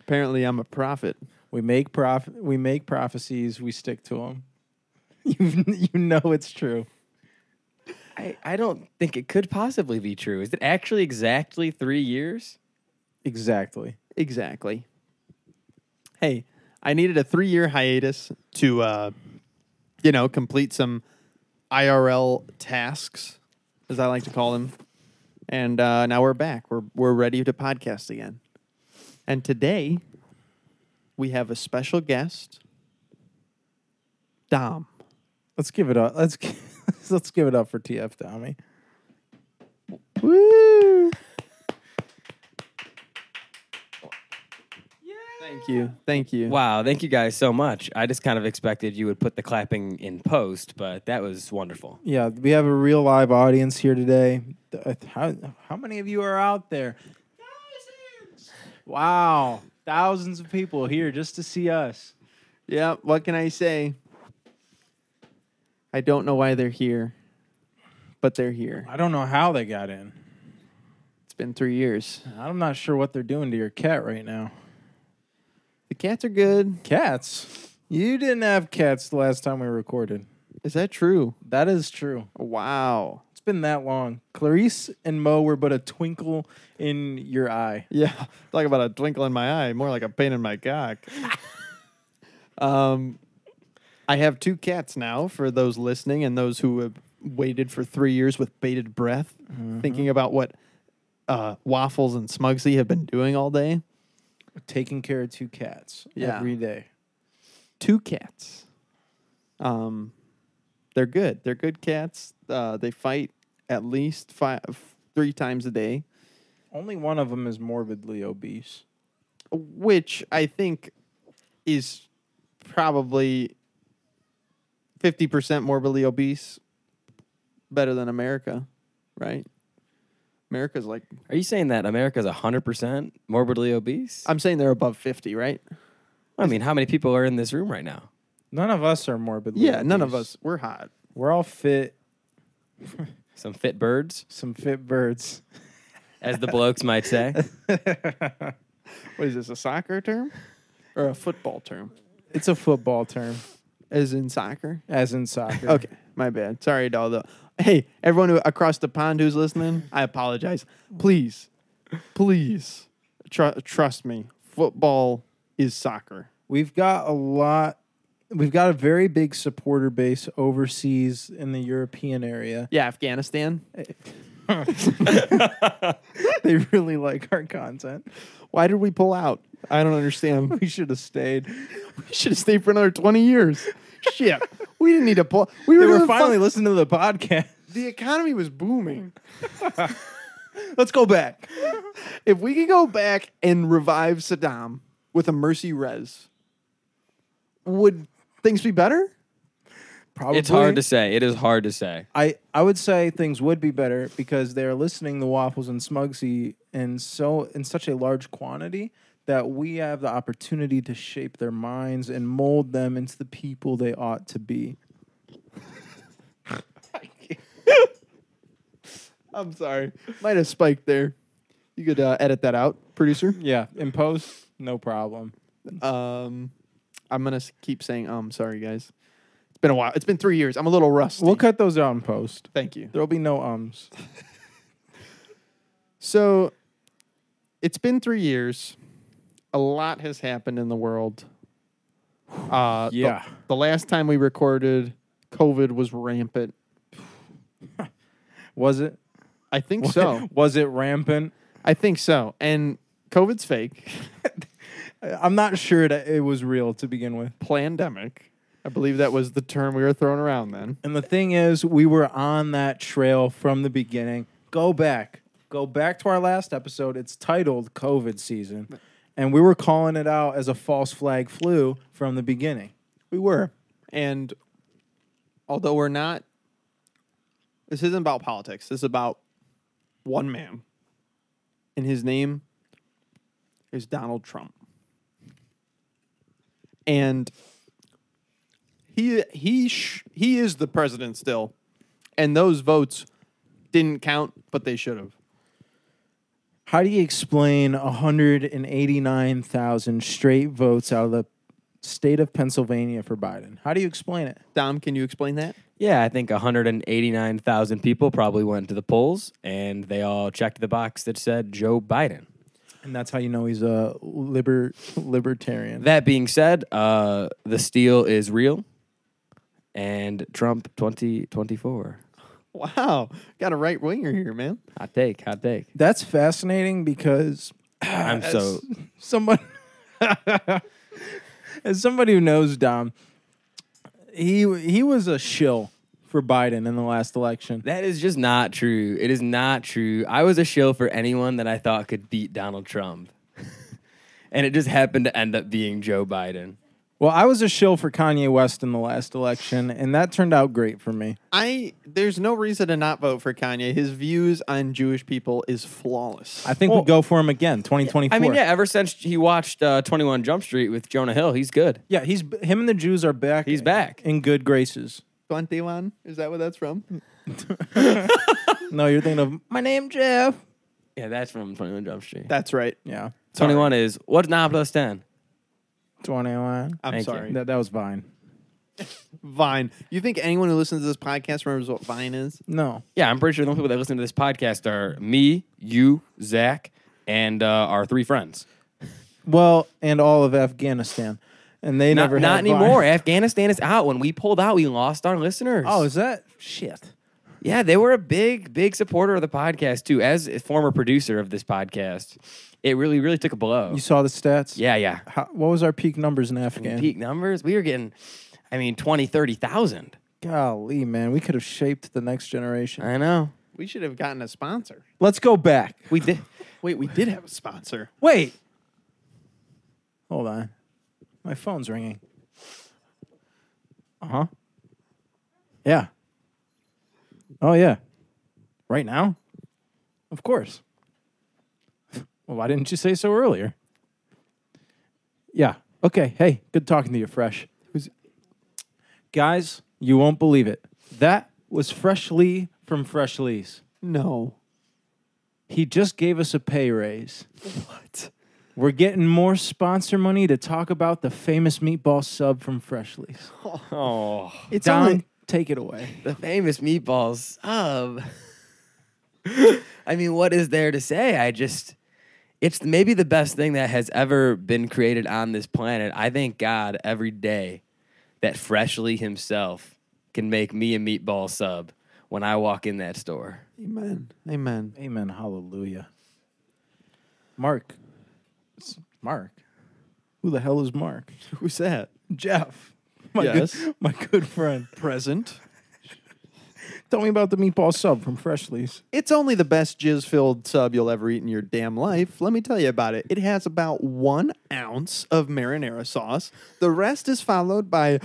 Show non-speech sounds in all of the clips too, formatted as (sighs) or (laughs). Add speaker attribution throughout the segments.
Speaker 1: Apparently, I'm a prophet.
Speaker 2: We make prof- we make prophecies, we stick to
Speaker 1: (laughs)
Speaker 2: them. You you know it's true.
Speaker 3: I, I don't think it could possibly be true. Is it actually exactly three years?
Speaker 2: Exactly.
Speaker 1: Exactly. Hey, I needed a three year hiatus to, uh, you know, complete some IRL tasks, as I like to call them. And uh, now we're back. We're, we're ready to podcast again. And today, we have a special guest, Dom.
Speaker 2: Let's give it up. Let's gi- (laughs) let's give it up for TF Tommy.
Speaker 1: Woo! Thank you. Thank you.
Speaker 3: Wow, thank you guys so much. I just kind of expected you would put the clapping in post, but that was wonderful.
Speaker 2: Yeah, we have a real live audience here today. Th- uh, How how many of you are out there? Thousands. Wow, thousands of people here just to see us.
Speaker 1: Yeah, what can I say? I don't know why they're here, but they're here.
Speaker 2: I don't know how they got in.
Speaker 1: It's been three years.
Speaker 2: I'm not sure what they're doing to your cat right now.
Speaker 1: The cats are good.
Speaker 2: Cats. You didn't have cats the last time we recorded.
Speaker 1: Is that true?
Speaker 2: That is true.
Speaker 1: Wow.
Speaker 2: It's been that long. Clarice and Mo were but a twinkle in your eye.
Speaker 1: Yeah, (laughs) talk about a twinkle in my eye, more like a pain in my cock. (laughs) um, I have two cats now for those listening and those who have waited for three years with bated breath, thinking about what uh, Waffles and Smugsy have been doing all day.
Speaker 2: Taking care of two cats
Speaker 1: Yeah.
Speaker 2: every day.
Speaker 1: two cats. Um, they're good. They're good cats. Uh, they fight at least five, three times a day,
Speaker 2: Only one of them is morbidly obese.
Speaker 1: which I think is probably fifty percent morbidly obese. Better than America, right? America's like
Speaker 3: Are you saying that America's 100% morbidly obese?
Speaker 1: I'm saying they're above fifty, right?
Speaker 3: I mean, how many people are in this room right now?
Speaker 2: None of us are morbidly
Speaker 1: Yeah, none of us.
Speaker 2: obese.
Speaker 1: We're hot.
Speaker 2: We're all fit,
Speaker 3: Some fit birds,
Speaker 2: some fit birds.
Speaker 3: as the blokes might say.
Speaker 1: What is this? A soccer term or a football term?
Speaker 2: It's a football term,
Speaker 1: As in soccer?
Speaker 2: as in soccer.
Speaker 1: Okay, my bad. Sorry to all the. Hey, everyone who, across the pond who's listening, I apologize. Please, please, tr- trust me. Football is soccer.
Speaker 2: We've got a lot. We've got a very big supporter base overseas in the European area. (laughs)
Speaker 1: Yeah, Afghanistan.
Speaker 2: They really like our content.
Speaker 1: Why did we pull out? I don't understand.
Speaker 2: (laughs) We should have stayed.
Speaker 1: we should have stayed for another twenty years. Shit, we didn't need to pull. We
Speaker 2: They
Speaker 1: were,
Speaker 2: were
Speaker 1: doing fine-
Speaker 2: finally listening to the podcast.
Speaker 1: The economy was booming. (laughs)
Speaker 2: Let's go back.
Speaker 1: If we could go back and revive Saddam with a mercy res, would things be better?
Speaker 2: Probably.
Speaker 3: it's hard to say. It is hard to say.
Speaker 2: I, I would say things would be better because they are listening to Waffles and Smugsy in so in such a large quantity that we have the opportunity to shape their minds and mold them into the people they ought to be.
Speaker 1: I'm sorry. Might have spiked there. You could uh, edit that out, producer.
Speaker 2: Yeah, in post, no problem.
Speaker 1: Um, I'm gonna s- keep saying um. Sorry, guys. It's been a while. It's been three years. I'm a little rusty.
Speaker 2: We'll cut those out in post.
Speaker 1: Thank you.
Speaker 2: There'll be no ums.
Speaker 1: So, it's been three years. A lot has happened in the world. Uh, the-
Speaker 2: Yeah.
Speaker 1: The, last time we recorded, COVID was rampant.
Speaker 2: Was it?
Speaker 1: I think so.
Speaker 2: (laughs) was it rampant?
Speaker 1: I think so. And COVID's fake.
Speaker 2: I- I'm not sure that it was real to begin with.
Speaker 1: Pandemic. I believe that was the term we were throwing around then.
Speaker 2: And the thing is, we were on that trail from the beginning. Go back. Go back to our last episode. It's titled COVID Season. And we were calling it out as a false flag flu from the beginning.
Speaker 1: We were. And although we're not, this isn't about politics. This is about one man. And his name is Donald Trump. And he he sh- he is the president still. And those votes didn't count, but they should have.
Speaker 2: How do you explain 189,000 straight votes out of the state of Pennsylvania for Biden? How do you explain it?
Speaker 1: Dom, can you explain that?
Speaker 3: Yeah, I think 189,000 people probably went to the polls and they all checked the box that said Joe Biden.
Speaker 2: And that's how you know he's a liber- libertarian.
Speaker 3: That being said, uh, the steal is real and Trump 2024.
Speaker 1: Wow, got a right winger here, man.
Speaker 3: Hot take, hot take.
Speaker 2: That's fascinating because
Speaker 3: I'm so.
Speaker 2: someone (laughs) as somebody who knows Dom, he he was a shill for Biden in the last election.
Speaker 3: That is just not true. It is not true. I was a shill for anyone that I thought could beat Donald Trump. (laughs) and it just happened to end up being Joe Biden.
Speaker 2: Well, I was a shill for Kanye West in the last election, and that turned out great for me.
Speaker 1: I there's no reason to not vote for Kanye. His views on Jewish people is flawless.
Speaker 2: I think
Speaker 3: Well-
Speaker 2: we go for him again, 2024.
Speaker 3: I mean, yeah, ever since he watched uh, 21 Jump Street with Jonah Hill, he's good.
Speaker 2: yeah, he's him and the Jews are back.
Speaker 3: He's back.
Speaker 2: in good graces.
Speaker 1: 21 is that what that's from?
Speaker 2: Mm. No, you're thinking of my name Jeff.
Speaker 3: Yeah, that's from 21 Jump Street.
Speaker 1: That's right.
Speaker 2: Yeah,
Speaker 3: 21 is what's 9 plus 10?
Speaker 2: 21.
Speaker 1: I'm
Speaker 3: Thank you.
Speaker 1: sorry.
Speaker 2: That that was Vine.
Speaker 1: Vine. You think anyone who listens to this podcast remembers what Vine is?
Speaker 2: No,
Speaker 3: Yeah, I'm pretty sure the only people that listen to this podcast are me, you, Zach, and uh, our three friends.
Speaker 2: well, and all of Afghanistan, and they
Speaker 3: Not,
Speaker 2: never
Speaker 3: not
Speaker 2: had Vine.
Speaker 3: anymore. Afghanistan is out. When we pulled out, we lost our listeners.
Speaker 2: Oh, is that shit?
Speaker 3: Yeah, they were a big, big supporter of the podcast too. As a former producer of this podcast, it really, really took a blow.
Speaker 2: You saw the stats?
Speaker 3: Yeah, yeah.
Speaker 2: How, what was our peak numbers in Afghan?
Speaker 3: Peak numbers, we were getting, I mean, 20, 30,000.
Speaker 2: Golly, man, we could have shaped the next generation.
Speaker 3: I know.
Speaker 1: We should have gotten a sponsor.
Speaker 2: Let's go back.
Speaker 3: We did.
Speaker 1: Wait, we did have a sponsor.
Speaker 2: Wait. Hold on. My phone's ringing. Uh huh. Yeah. Oh, yeah. Right now? Of course. (laughs) Well, why didn't you say so earlier? Yeah. Okay. Hey, good talking to you, Fresh. Who's- Guys, you won't believe it. That was Fresh Lee from Fresh Lee's.
Speaker 1: No.
Speaker 2: He just gave us a pay raise.
Speaker 1: What?
Speaker 2: We're getting more sponsor money to talk about the famous meatball sub from Freshly's.
Speaker 3: Oh,
Speaker 1: It's
Speaker 2: Don,
Speaker 1: only
Speaker 2: take it away.
Speaker 3: the famous meatballs sub. (laughs) I mean, what is there to say? I just, it's maybe the best thing that has ever been created on this planet. I thank God every day that Freshly himself can make me a meatball sub when I walk in that store.
Speaker 1: Amen. Amen.
Speaker 2: Amen. Hallelujah. Mark. It's Mark. Who the hell is Mark?
Speaker 1: Who's that?
Speaker 2: Jeff. My
Speaker 1: Yes.
Speaker 2: Good, my good friend.
Speaker 1: Present.
Speaker 2: Tell me about the meatball sub from Freshly's.
Speaker 1: It's only the best jizz filled sub you'll ever eat in your damn life. Let me tell you about it. It has about one ounce of marinara sauce. The rest is followed by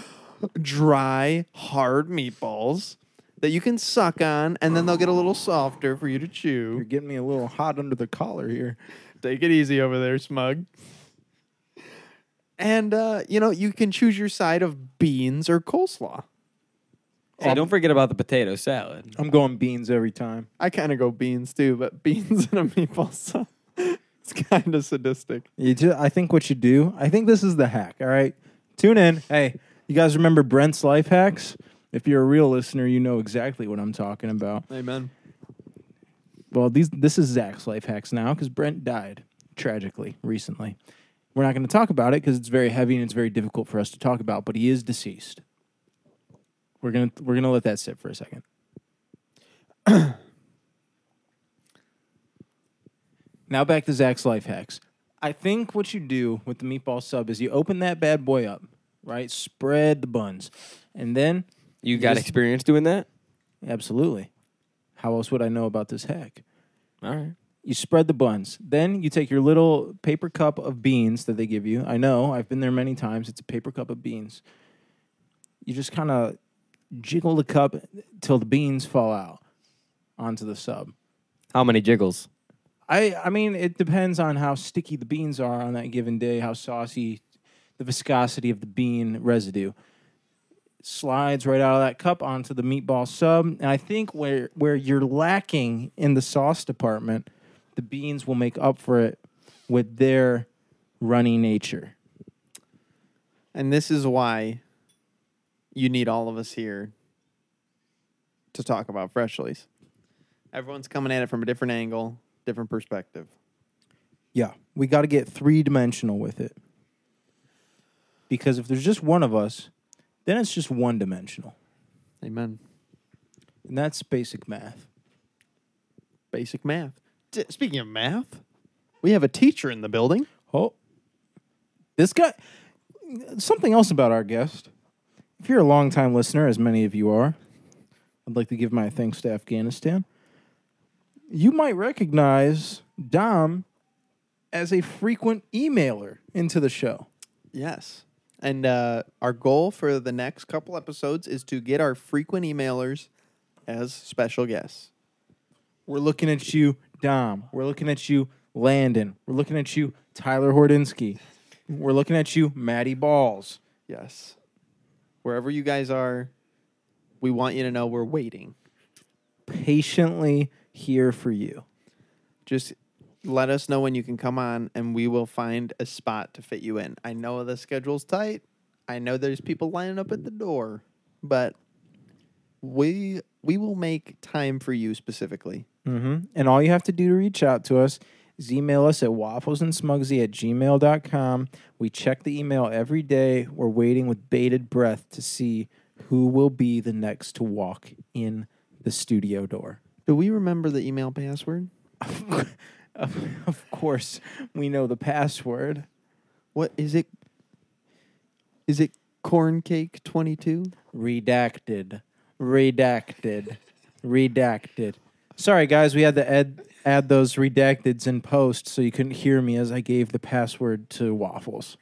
Speaker 1: dry, hard meatballs that you can suck on, and then they'll get a little softer for you to
Speaker 2: You're
Speaker 1: chew.
Speaker 2: getting me a little hot under the collar here.
Speaker 1: Take it easy over there, smug. And, uh, you know, you can choose your side of beans or coleslaw.
Speaker 3: Hey, don't forget about the potato salad.
Speaker 2: I'm going beans every time.
Speaker 1: I kind of go beans too, but (laughs) beans in a meatball sub. It's kind of sadistic.
Speaker 2: You ju- I think what you do, I think this is the hack. All right. Tune in. Hey, you guys remember Brent's life hacks? If you're a real listener, you know exactly what I'm talking about.
Speaker 1: Amen.
Speaker 2: Well, these this is Zach's life hacks now because Brent died tragically recently. We're not going to talk about it because it's very heavy and it's very difficult for us to talk about. But he is deceased. We're gonna we're gonna let that sit for a second. (clears throat) now back to Zach's life hacks. I think what you do with the meatball sub is you open that bad boy up, right? Spread the buns, and then
Speaker 3: You got
Speaker 2: Just-
Speaker 3: experience doing that?
Speaker 2: absolutely. How else would I know about this hack?
Speaker 3: All right.
Speaker 2: You spread the buns. Then you take your little paper cup of beans that they give you. I know, I've been there many times. It's a paper cup of beans. You just kind of jiggle the cup till the beans fall out onto the sub.
Speaker 3: How many jiggles?
Speaker 2: I I mean, it depends on how sticky the beans are on that given day, how saucy the viscosity of the bean residue slides right out of that cup onto the meatball sub. And I think where where you're lacking in the sauce department the beans will make up for it with their runny nature.
Speaker 1: And this is why you need all of us here to talk about freshlies. Everyone's coming at it from a different angle, different perspective.
Speaker 2: Yeah, we got to get three dimensional with it. Because if there's just one of us, then it's just one dimensional.
Speaker 1: Amen.
Speaker 2: And that's basic math.
Speaker 1: Basic math. D- speaking of math, we have a teacher in the building.
Speaker 2: Oh, this guy. Something else about our guest. If you're a longtime listener, as many of you are, I'd like to give my thanks to Afghanistan. You might recognize Dom as a frequent emailer into the show.
Speaker 1: Yes. And uh, our goal for the next couple episodes is to get our frequent emailers as special guests.
Speaker 2: We're looking at you, Dom. We're looking at you, Landon. We're looking at you, Tyler Hordinsky. We're looking at you, Maddie Balls.
Speaker 1: Yes. Wherever you guys are, we want you to know we're waiting.
Speaker 2: Patiently here for you.
Speaker 1: Just let us know when you can come on and we will find a spot to fit you in. I know the schedule's tight. I know there's people lining up at the door, but we we will make time for you specifically.
Speaker 2: Mm-hmm. And all you have to do to reach out to us is email us at wafflesandsmugsy at gmail.com. We check the email every day. We're waiting with bated breath to see who will be the next to walk in the studio door.
Speaker 1: Do we remember the email password?
Speaker 2: Of, of course, we know the password.
Speaker 1: What is it? Is it corn cake 22?
Speaker 2: Redacted. Redacted. redacted. Sorry, guys, we had to add, add those redacteds in post so you couldn't hear me as I gave the password to Waffles.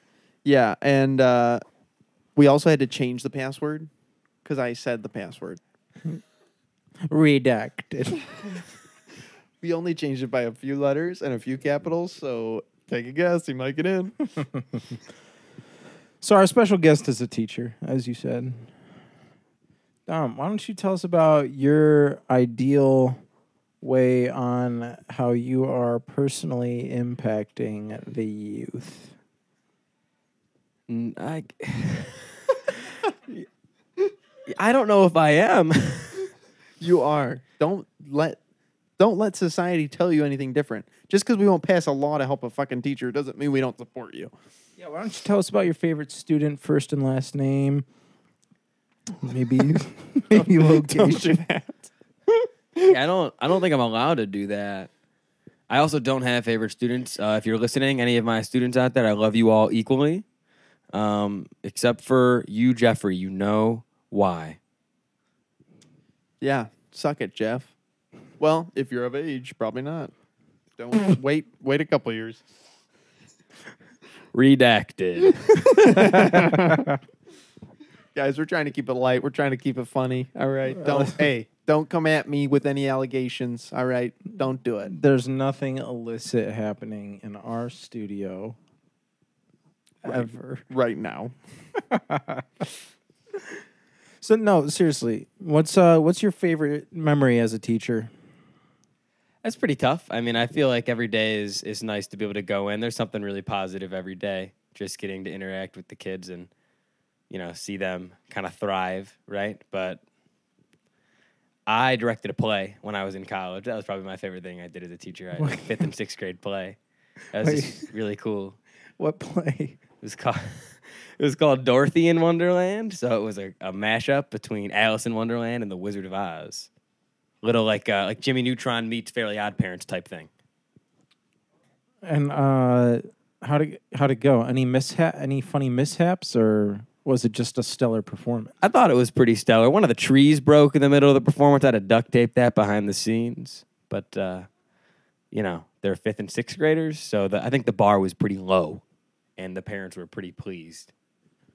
Speaker 1: Yeah, and uh, we also had to change the password because I said the password.
Speaker 2: Redacted.
Speaker 1: We only changed it by a few letters and a few capitals, so take a guess. You might get in. (laughs)
Speaker 2: so, our special guest is a teacher, as you said. Dom, why don't you tell us about your ideal way on how you are personally impacting the youth?
Speaker 3: N- I, (laughs) I don't know if I am. (laughs)
Speaker 1: you are. Don't let don't let society tell you anything different. Just because we won't pass a law to help a fucking teacher doesn't mean we don't support you.
Speaker 2: Yeah, why don't you tell us about your favorite student, first and last name? (laughs) Maybe, maybe location.
Speaker 3: Yeah, I don't. I don't think I'm allowed to do that. I also don't have favorite students. Uh, if you're listening, any of my students out there, I love you all equally, um, except for you, Jeffrey. You know why?
Speaker 1: Yeah, suck it, Jeff. Well, if you're of age, probably not. (laughs) Don't wait. Wait a couple years.
Speaker 3: Redacted. (laughs)
Speaker 1: Guys, we're trying to keep it light. We're trying to keep it (laughs) funny. All right. Don't hey, don't come at me with any allegations. All right. Don't do it.
Speaker 2: There's nothing illicit happening in our studio ever.
Speaker 1: Right now.
Speaker 2: So no, seriously, what's uh, what's your favorite memory as a teacher?
Speaker 3: That's pretty tough. I mean, I feel like every day is is nice to be able to go in. There's something really positive every day, just getting to interact with the kids and you know see them kind of thrive, right? But I directed a play when I was in college. That was probably my favorite thing I did as a teacher. I did a fifth and sixth grade play. That was
Speaker 2: Wait.
Speaker 3: just really cool.
Speaker 2: What play?
Speaker 3: It was called (laughs) it was called Dorothy in Wonderland. So it was a, a mashup between Alice in Wonderland and The Wizard of Oz. Little like uh, like Jimmy Neutron meets Fairly Odd Parents type thing.
Speaker 2: (laughs) And uh, how to how to go? Any mishap? Any funny mishaps, or was it just a stellar performance?
Speaker 3: I thought it was pretty stellar. One of the trees broke in the middle of the performance. I had to duct tape that behind the scenes. But uh, you know, they're fifth and sixth graders, so the, I think the bar was pretty low, and the parents were pretty pleased.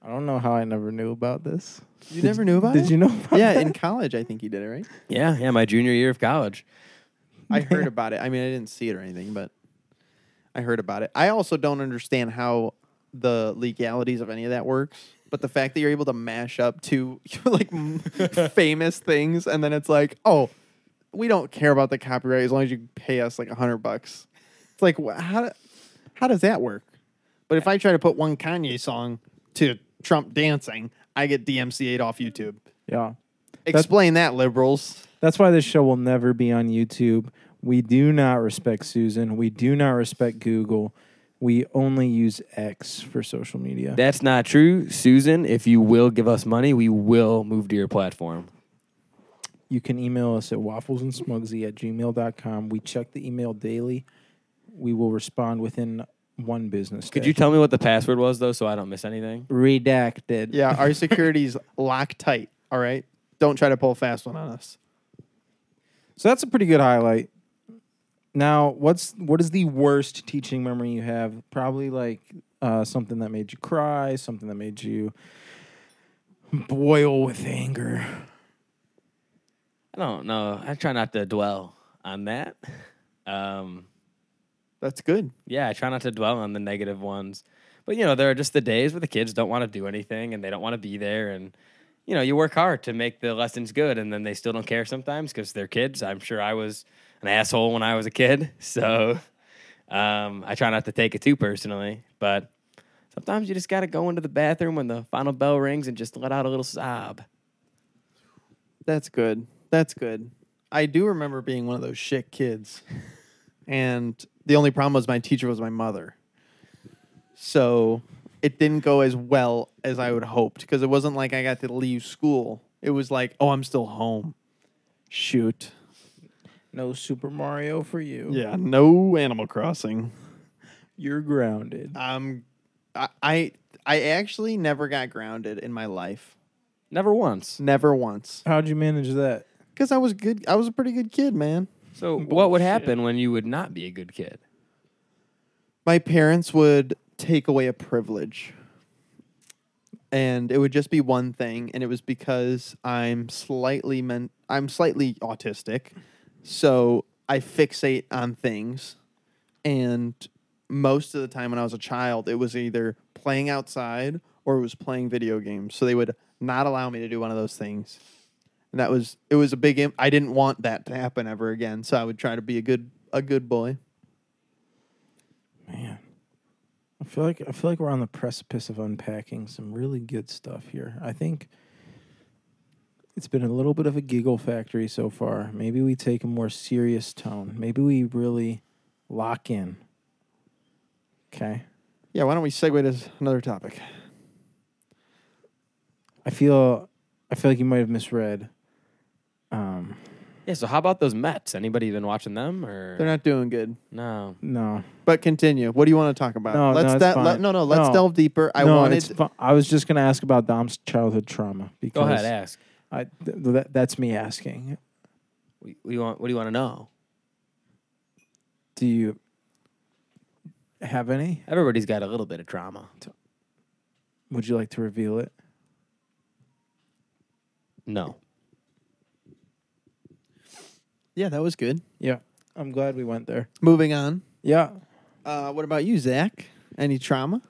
Speaker 2: I don't know how I never knew about this.
Speaker 1: You never knew about
Speaker 2: Did
Speaker 1: it? (laughs)
Speaker 2: you know? About
Speaker 1: Yeah,
Speaker 2: that?
Speaker 1: in college I think you did it, right?
Speaker 3: Yeah, yeah, my junior year of college.
Speaker 1: I heard about it. I mean, I didn't see it or anything, but I heard about it. I also don't understand how the legalities of any of that works. But the fact that you're able to mash up two (laughs) like m- famous things, and then it's like, oh, we don't care about the copyright as long as you pay us like a hundred bucks. It's like wh- how how does that work? But if I try to put one Kanye song to Trump dancing, I get DMCA'd off YouTube.
Speaker 2: (laughs) Yeah.
Speaker 1: Explain that, liberals.
Speaker 2: That's why this show will never be on YouTube. We do not respect Susan. We do not respect Google. We only use X for social media.
Speaker 3: That's not true, Susan. If you will give us money, we will move to your platform.
Speaker 2: you can email us at wafflesandsmugsy at gmail.com. We check the email daily. We will respond within one business
Speaker 3: Could
Speaker 2: day.
Speaker 3: you tell me what the password was though, so I don't miss anything?
Speaker 2: Redacted.
Speaker 1: Yeah, (laughs) our security's locked tight. All right, don't try to pull a fast one on us.
Speaker 2: So that's a pretty good highlight. Now, what's what is the worst teaching memory you have? Probably like uh, something that made you cry, something that made you boil with anger.
Speaker 3: I don't know. I try not to dwell on that. Um,
Speaker 1: That's good.
Speaker 3: yeah, I try not to dwell on the negative ones. But you know, there are just the days where the kids don't want to do anything and they don't want to be there and you know, you work hard to make the lessons good and then they still don't care sometimes cuz they're kids. I'm sure I was an asshole when I was a kid. (laughs) So um I try not to take it too personally, but sometimes you just got to go into the bathroom when the final bell rings and just let out a little sob.
Speaker 1: That's good. That's good. I do remember being one of those shit kids. And the only problem was my teacher was my mother. So it didn't go as well as I would hoped because it wasn't like I got to leave school. It was like, oh, I'm still home. Shoot.
Speaker 2: No Super Mario for you.
Speaker 1: Yeah, no Animal Crossing.
Speaker 2: You're grounded.
Speaker 1: Um, I, I, I actually never got grounded in my life.
Speaker 3: Never once.
Speaker 1: Never once.
Speaker 2: How'd you manage that?
Speaker 1: Because I was good. I was a pretty good kid, man.
Speaker 3: So what would happen when you would not be a good kid?
Speaker 1: my parents would take away a privilege and it would just be one thing and it was because i'm slightly men- i'm slightly autistic so i fixate on things and most of the time when i was a child it was either playing outside or it was playing video games so they would not allow me to do one of those things and that was it was a big Im- i didn't want that to happen ever again so i would try to be a good a good boy
Speaker 2: Man, I feel like I feel like we're on the precipice of unpacking some really good stuff here. I think it's been a little bit of a giggle factory so far. Maybe we take a more serious tone. Maybe we really lock in. Okay.
Speaker 1: Yeah, why don't we segue to another topic?
Speaker 2: I feel I feel like you might have misread. Um,
Speaker 3: Yeah, so how about those Mets? Anybody been watching them or
Speaker 1: They're not doing good.
Speaker 3: no?
Speaker 2: no.
Speaker 1: But continue. What do you want to talk about?
Speaker 2: No,
Speaker 1: let's
Speaker 2: no, it's
Speaker 1: de-
Speaker 2: fine.
Speaker 1: let- no, no, let's
Speaker 2: No.
Speaker 1: delve deeper. I
Speaker 2: no,
Speaker 1: wanted
Speaker 2: it's fu- I was just going to ask about Dom's childhood trauma
Speaker 3: Go
Speaker 2: because
Speaker 3: ahead, ask.
Speaker 2: I, th- that, that's me asking.
Speaker 3: What do you want? What do you want to know?
Speaker 2: Do you have any?
Speaker 3: Everybody's got a little bit of trauma.
Speaker 2: Would you like to reveal it?
Speaker 3: No,
Speaker 1: Yeah, that was good.
Speaker 2: Yeah. I'm glad we went there.
Speaker 1: Moving on.
Speaker 2: Yeah.
Speaker 1: Uh, what about you, Zach? Any trauma?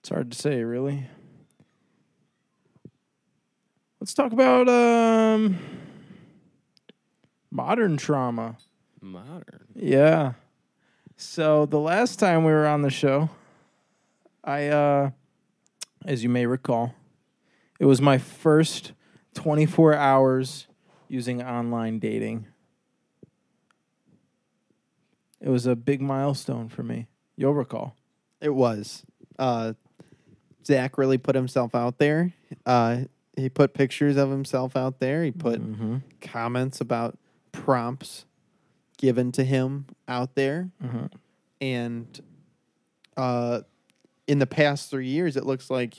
Speaker 2: It's hard to say, really. Let's talk about um modern trauma.
Speaker 3: modern.
Speaker 2: Yeah. So the last time we were on the show, I uh as you may recall, it was my first 24 hours using online dating. It was a big milestone for me. You'll recall.
Speaker 1: It was. Uh, Zach really put himself out there. Uh, he put pictures of himself out there. He put
Speaker 2: Mm-hmm.
Speaker 1: comments about prompts given to him out there.
Speaker 2: Mhm.
Speaker 1: And uh, in the past three years, it looks like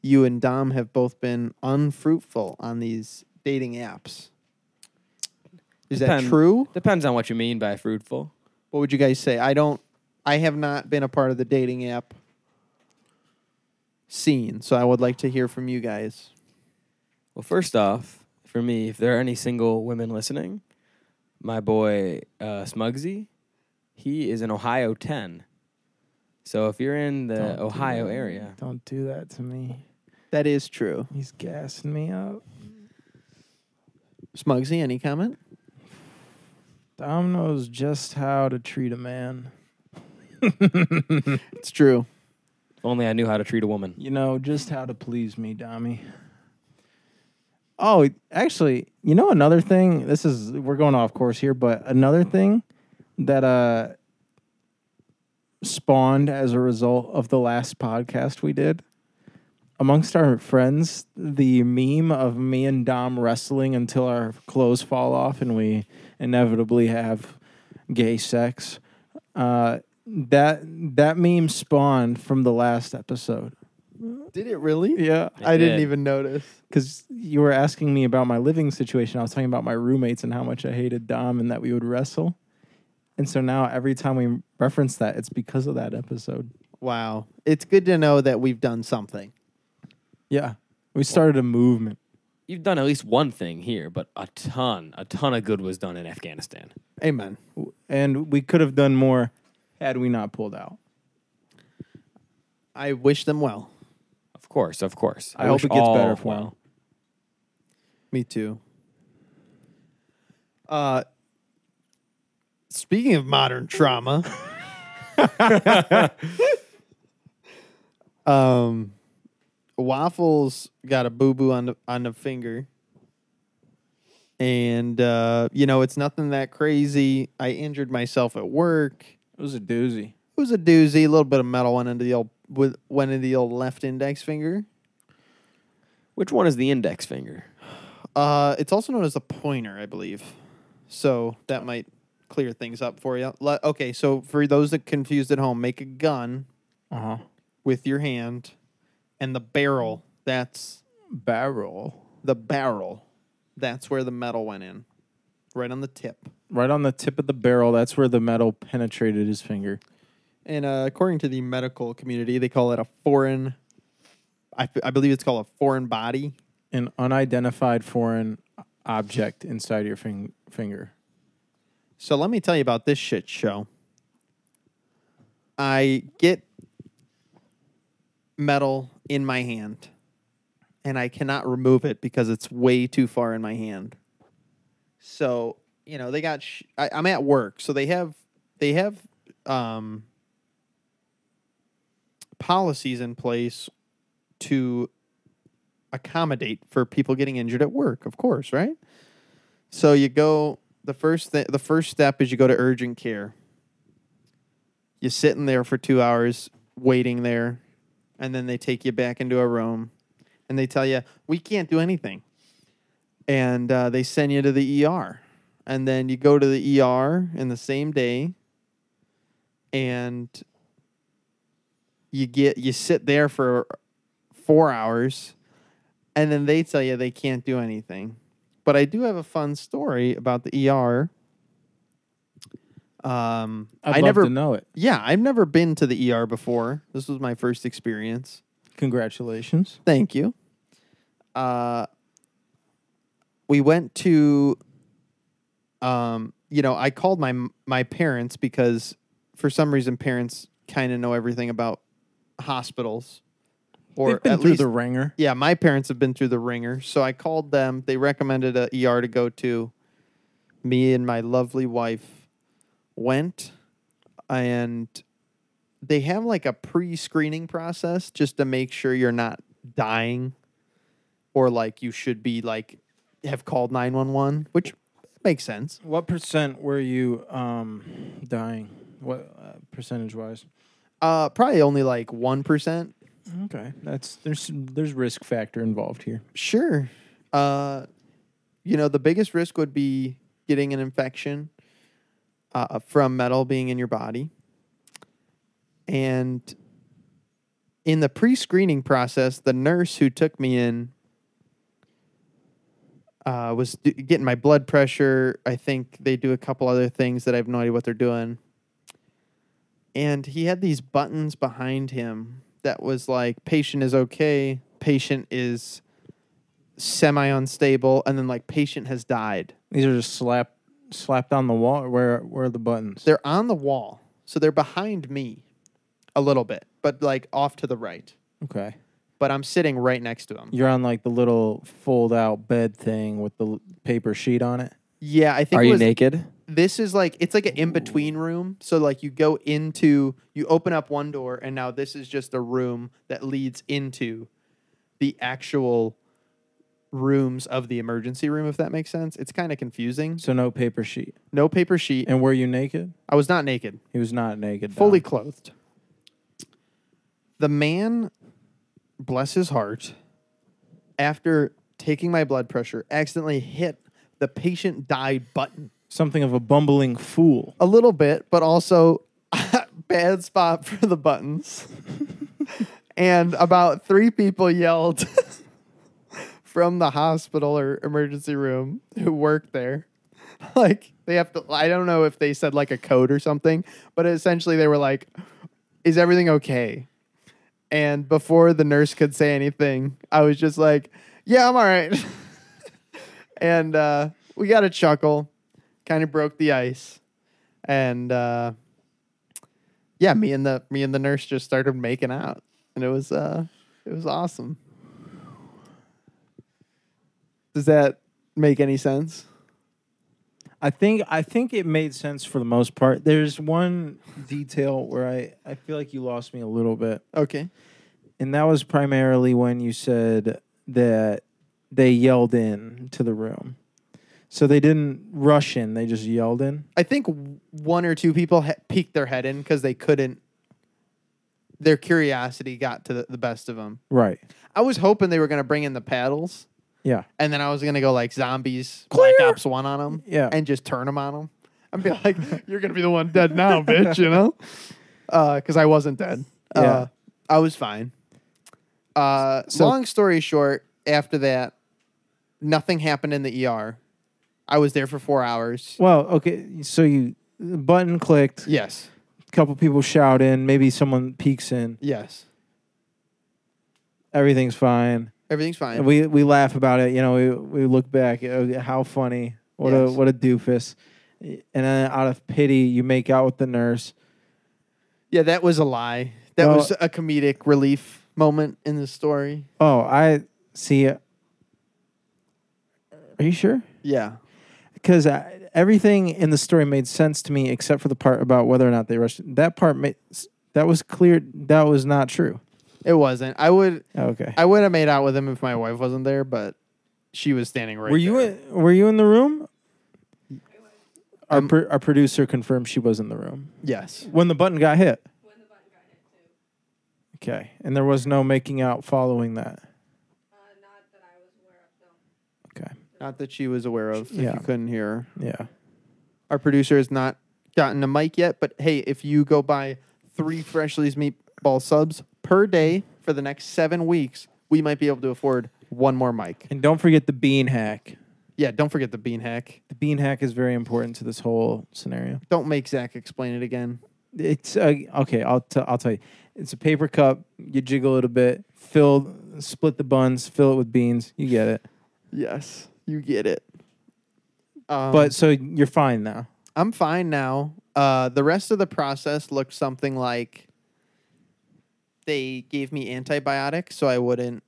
Speaker 1: you and Dom have both been unfruitful on these dating apps. Is that
Speaker 3: Depend-
Speaker 1: true?
Speaker 3: Depends on what you mean by fruitful.
Speaker 1: What would you guys say? I don't. I have not been a part of the dating app scene, so I would like to hear from you guys.
Speaker 3: Well, first off, for me, if there are any single women listening, my boy uh, Smugsy, he is an Ohio ten. So if you're in the
Speaker 2: Don't do
Speaker 3: Ohio
Speaker 2: that.
Speaker 3: area,
Speaker 2: Don't do that to me.
Speaker 1: That is true.
Speaker 2: He's gassing me up.
Speaker 1: Smugsy, any comment?
Speaker 2: Dom knows just how to treat a man.
Speaker 1: It's true.
Speaker 3: If only I knew how to treat a woman.
Speaker 2: You know, just how to please me, Dommy. Oh, actually, you know another thing. This is we're going off course here, but another thing that uh spawned as a result of the last podcast we did amongst our friends, the meme of me and Dom wrestling until our clothes fall off and we inevitably have gay sex. Uh, that that meme spawned from the last episode.
Speaker 1: Did it really?
Speaker 2: Yeah,
Speaker 1: I didn't
Speaker 3: did.
Speaker 1: even notice.
Speaker 2: because you were asking me about my living situation. I was talking about my roommates and how much I hated Dom and that we would wrestle. And so now every time we reference that, it's because of that episode.
Speaker 1: Wow. It's good to know that we've done something.
Speaker 2: Yeah, we started a movement.
Speaker 3: You've done at least one thing here, but a ton, a ton of good was done in Afghanistan.
Speaker 1: Amen.
Speaker 2: W- and we could have done more had we not pulled out.
Speaker 1: I wish them well.
Speaker 3: Of course, of course.
Speaker 2: I, hope
Speaker 3: wish
Speaker 2: it gets
Speaker 3: all
Speaker 2: better for
Speaker 3: well.
Speaker 2: him.
Speaker 1: Me too. Uh, speaking of modern trauma, (laughs) um, Waffles got a boo boo on the on the finger, and uh, you know it's nothing that crazy. I injured myself at work.
Speaker 2: It was a doozy.
Speaker 1: It was a doozy. A little bit of metal went into the old with went into the old left index finger.
Speaker 3: Which one is the index finger?
Speaker 1: Uh, it's also known as a pointer, I believe. So that might clear things up for you. Le- okay, so for those that confused at home, make a gun
Speaker 2: Uh huh.
Speaker 1: with your hand, and the barrel. That's
Speaker 2: Barrel
Speaker 1: the barrel. That's where the metal went in, right on the tip.
Speaker 2: right on the tip of the barrel. That's where the metal penetrated his finger.
Speaker 1: And uh, according to the medical community, they call it a foreign. I, f- I believe it's called a foreign body.
Speaker 2: An unidentified foreign object inside your fing- finger.
Speaker 1: So let me tell you about this shit show. I get metal in my hand and I cannot remove it because it's way too far in my hand. So, you know, they got sh- I, I'm at work, so they have they have um policies in place to accommodate for people getting injured at work, of course, right? So you go the first th- the first step is you go to urgent care. You're sitting there for two hours waiting there, and then they take you back into a room, and they tell you we can't do anything, and uh, they send you to the ER, and then you go to the ER in the same day, and you get you sit there for four hours, and then they tell you they can't do anything. But I do have a fun story about the ER. Um, I
Speaker 2: I'd love
Speaker 1: never
Speaker 2: to know it.
Speaker 1: yeah, I've never been to the ER before. This was my first experience.
Speaker 2: Congratulations.
Speaker 1: Thank you. Uh, we went to, um, you know, I called my my parents because for some reason parents kind of know everything about hospitals, or
Speaker 2: They've been
Speaker 1: at
Speaker 2: through
Speaker 1: least
Speaker 2: the ringer.
Speaker 1: yeah, my parents have been through the ringer, so I called them. They recommended a ER to go to. Me and my lovely wife went, and they have like a pre-screening process just to make sure you're not dying, or like you should be like have called nine one one, which makes sense.
Speaker 2: What percent were you um, dying? What uh, percentage wise?
Speaker 1: Uh, probably only like one percent.
Speaker 2: Okay, that's there's there's risk factor involved here.
Speaker 1: Sure. Uh, you know, the biggest risk would be getting an infection uh, from metal being in your body. And in the pre screening process, the nurse who took me in uh, was d- getting my blood pressure. I think they do a couple other things that I have no idea what they're doing. And he had these buttons behind him that was like, patient is okay, patient is semi unstable, and then like, patient has died.
Speaker 2: These are just slap slapped on the wall. Where where are the buttons?
Speaker 1: They're on the wall. So they're behind me a little bit, but like off to the right.
Speaker 2: Okay,
Speaker 1: But I'm sitting right next to them.
Speaker 2: you're on like the little fold out bed thing with the l- paper sheet on it.
Speaker 1: Yeah, I think
Speaker 3: Are
Speaker 1: it
Speaker 3: you
Speaker 1: was-
Speaker 3: naked?
Speaker 1: this is like it's like an in between room. So like you go into you open up one door and now this is just a room that leads into the actual rooms of the emergency room if that makes sense. It's kind of confusing.
Speaker 2: So no paper sheet.
Speaker 1: No paper sheet.
Speaker 2: And were you naked?
Speaker 1: I was not naked.
Speaker 2: He was not naked.
Speaker 1: Fully
Speaker 2: Don.
Speaker 1: clothed. The man bless his heart after taking my blood pressure accidentally hit the patient died button.
Speaker 2: Something of a bumbling fool.
Speaker 1: A little bit, but also (laughs) bad spot for the buttons. and about three people yelled (laughs) from the hospital or emergency room who work there. (laughs) Like they have to I don't know if they said like a code or something, but essentially they were like, Is everything okay? And before the nurse could say anything, I was just like, Yeah, I'm all right. (laughs) and uh, we got a chuckle, kind of broke the ice and uh, yeah, me and the me and the nurse just started making out, and it was uh, it was awesome. Does that make any sense?
Speaker 2: I think I think it made sense for the most part. There's one detail where I, I feel like you lost me a little bit.
Speaker 1: Okay.
Speaker 2: And that was primarily when you said that they yelled in to the room. So they didn't rush in, they just yelled in.
Speaker 1: I think w- one or two people ha- peeked their head in because they couldn't. Their curiosity got to the, the best of them.
Speaker 2: Right.
Speaker 1: I was hoping they were going to bring in the paddles,
Speaker 2: Yeah.
Speaker 1: and then I was going to go like zombies, Black
Speaker 2: Clear.
Speaker 1: Ops One on them,
Speaker 2: Yeah.
Speaker 1: and just turn them on them. I'd
Speaker 2: (laughs)
Speaker 1: be like, "You're gonna be the one dead now, bitch," you know? Because I wasn't dead. Uh, I was fine. Uh,
Speaker 2: So-
Speaker 1: long story short, after that, nothing happened in the ER. I was there for four hours.
Speaker 2: Well, okay. So you the button clicked, a
Speaker 1: Yes,
Speaker 2: couple people shout in, maybe someone peeks in.
Speaker 1: yes,
Speaker 2: Everything's fine.
Speaker 1: everything's
Speaker 2: And
Speaker 1: fine.
Speaker 2: we we laugh about it, you know, we we look back, oh, how funny. What a
Speaker 1: Yes.
Speaker 2: what a doofus. And then out of pity, you make out with the nurse.
Speaker 1: yeah, that was a lie. That
Speaker 2: Well-
Speaker 1: was a comedic relief moment in the story.
Speaker 2: Oh, I see. Are you sure?
Speaker 1: Yeah.
Speaker 2: Because everything in the story made sense to me except for the part about whether or not they rushed. That part made that was clear. That was not true.
Speaker 1: It wasn't. I would.
Speaker 2: Oh, Okay.
Speaker 1: I would have made out with him if my wife wasn't there, but she was standing right.
Speaker 2: were you
Speaker 1: there.
Speaker 2: in, were you in the room? Our
Speaker 1: Um,
Speaker 2: pro- our producer confirmed she was in the room
Speaker 1: Yes.
Speaker 2: when the button got hit.
Speaker 4: When the button got hit too.
Speaker 2: Okay, and there was no making out following that.
Speaker 4: Uh, not that I was aware of, no.
Speaker 2: Okay.
Speaker 1: Not that she was aware of. If
Speaker 2: Yeah.
Speaker 1: you couldn't hear. her.
Speaker 2: Yeah.
Speaker 1: Our producer has not gotten a mic yet, but hey, if you go buy three Freshly's meatball subs per day for the next seven weeks, we might be able to afford one more mic.
Speaker 2: And don't forget the bean hack.
Speaker 1: Yeah, don't forget the bean hack.
Speaker 2: The bean hack is very important to this whole scenario.
Speaker 1: Don't make Zach explain it again.
Speaker 2: It's uh, okay. I'll t- I'll tell you. It's a paper cup. You jiggle it a bit. Fill, split the buns. Fill it with beans. You get it.
Speaker 1: Yes, you get it. Um,
Speaker 2: but so you're fine now.
Speaker 1: I'm fine now. Uh, the rest of the process looked something like they gave me antibiotics so I wouldn't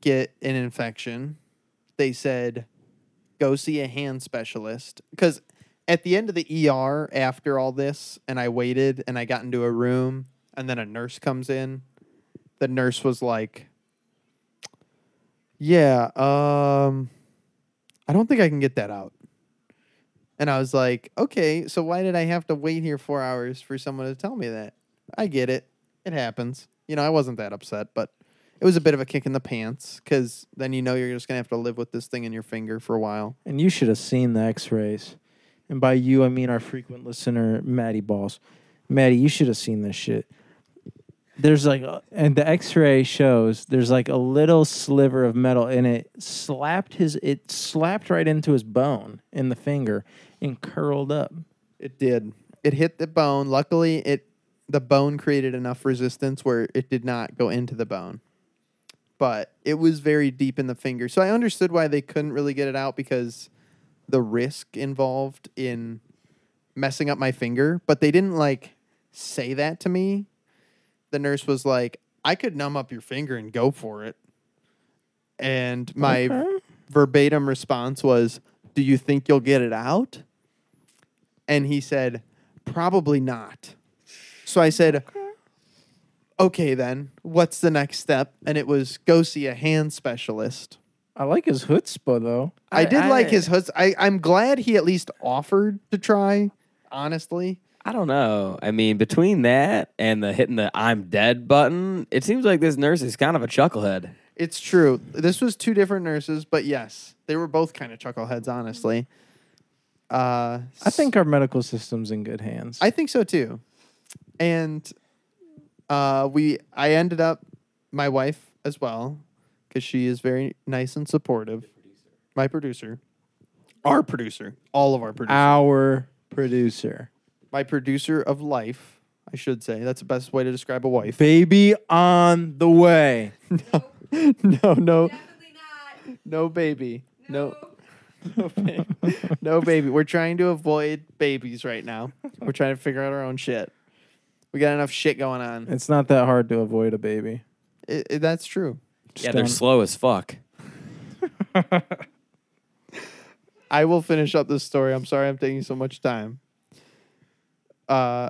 Speaker 1: get an infection. They said, go see a hand specialist. Because at the end of the ER, after all this, and I waited and I got into a room, and then a nurse comes in, the nurse was like, yeah, um, I don't think I can get that out. And I was like, okay, so why did I have to wait here four hours for someone to tell me that? I get it. It happens. You know, I wasn't that upset, but it was a bit of a kick in the pants because then you know you're just going to have to live with this thing in your finger for a while.
Speaker 2: And you should have seen the X-rays. And by you, I mean our frequent listener, Maddie Balls. Maddie, you should have seen this shit. There's like, a- and the X-ray shows there's like a little sliver of metal, and it slapped his, it slapped right into his bone in the finger, and curled up.
Speaker 1: It did. It hit the bone. Luckily, it the bone created enough resistance where it did not go into the bone. But it was very deep in the finger. So I understood why they couldn't really get it out because the risk involved in messing up my finger, but they didn't like say that to me. The nurse was like, "I could numb up your finger and go for it." And my
Speaker 2: Okay.
Speaker 1: verbatim response was, Do you think you'll get it out? And he said, Probably not. So I said, Okay, then, what's the next step? And it was go see a hand specialist.
Speaker 2: I like his chutzpah though.
Speaker 1: I,
Speaker 3: I-
Speaker 1: did like
Speaker 3: I-
Speaker 1: his hus- I, I'm glad he at least offered to try, honestly.
Speaker 3: I don't know. I mean, between that and the hitting the I'm dead button, it seems like this nurse is kind of a chucklehead.
Speaker 1: It's true. This was two different nurses, but yes, they were both kind of chuckleheads, honestly. Uh,
Speaker 2: I think our medical system's in good hands.
Speaker 1: I think so too. And uh, we, I ended up my wife as well because she is very nice and supportive. My producer, our producer, all of our
Speaker 2: Ah.
Speaker 1: producers,
Speaker 2: our producer,
Speaker 1: my producer of life, I should say. That's the best way to describe a wife.
Speaker 2: baby on the way.
Speaker 1: (laughs) no, no,
Speaker 4: Definitely not.
Speaker 1: no, baby,
Speaker 4: No.
Speaker 1: no. No baby. (laughs) no baby. We're trying to avoid babies right now. We're trying to figure out our own shit. We got enough shit going on.
Speaker 2: It's not that hard to avoid a baby.
Speaker 1: I I- that's true.
Speaker 3: yeah, they're
Speaker 2: Just
Speaker 3: slow as fuck.
Speaker 1: I will finish up this story. I'm sorry I'm taking so much time. Uh,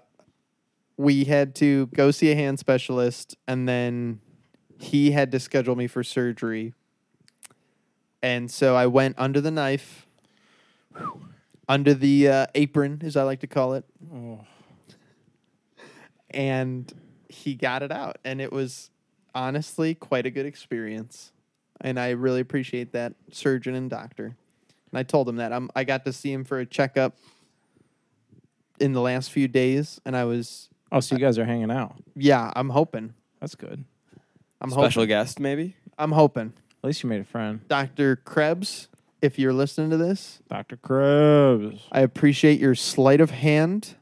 Speaker 1: we had to go see a hand specialist, and then he had to schedule me for surgery. And so I went under the knife, (sighs) under the uh, apron, as I like to call it.
Speaker 2: don't- oh.
Speaker 1: and he got it out and it was honestly quite a good experience and i really appreciate that surgeon and doctor and i told him that i i got to see him for a checkup in the last few days and i was
Speaker 2: Oh, so you guys are hanging out.
Speaker 1: yeah i'm hoping
Speaker 2: That's good.
Speaker 1: i'm
Speaker 3: Special
Speaker 1: hoping
Speaker 3: guest, maybe?
Speaker 1: i'm hoping
Speaker 2: At least you made a friend,
Speaker 1: dr krebs if you're listening to this
Speaker 2: Doctor Krebs.
Speaker 1: i appreciate your sleight of hand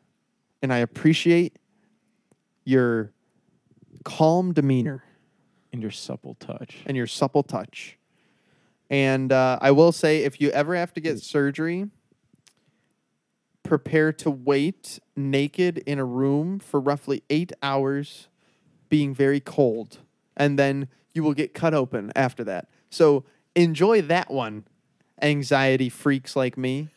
Speaker 1: and i appreciate your calm demeanor
Speaker 2: And your supple touch.
Speaker 1: and your supple touch. And uh, I will say, if you ever have to get surgery, prepare to wait naked in a room for roughly eight hours, being very cold. And then you will get cut open after that. So enjoy that one, anxiety freaks like me.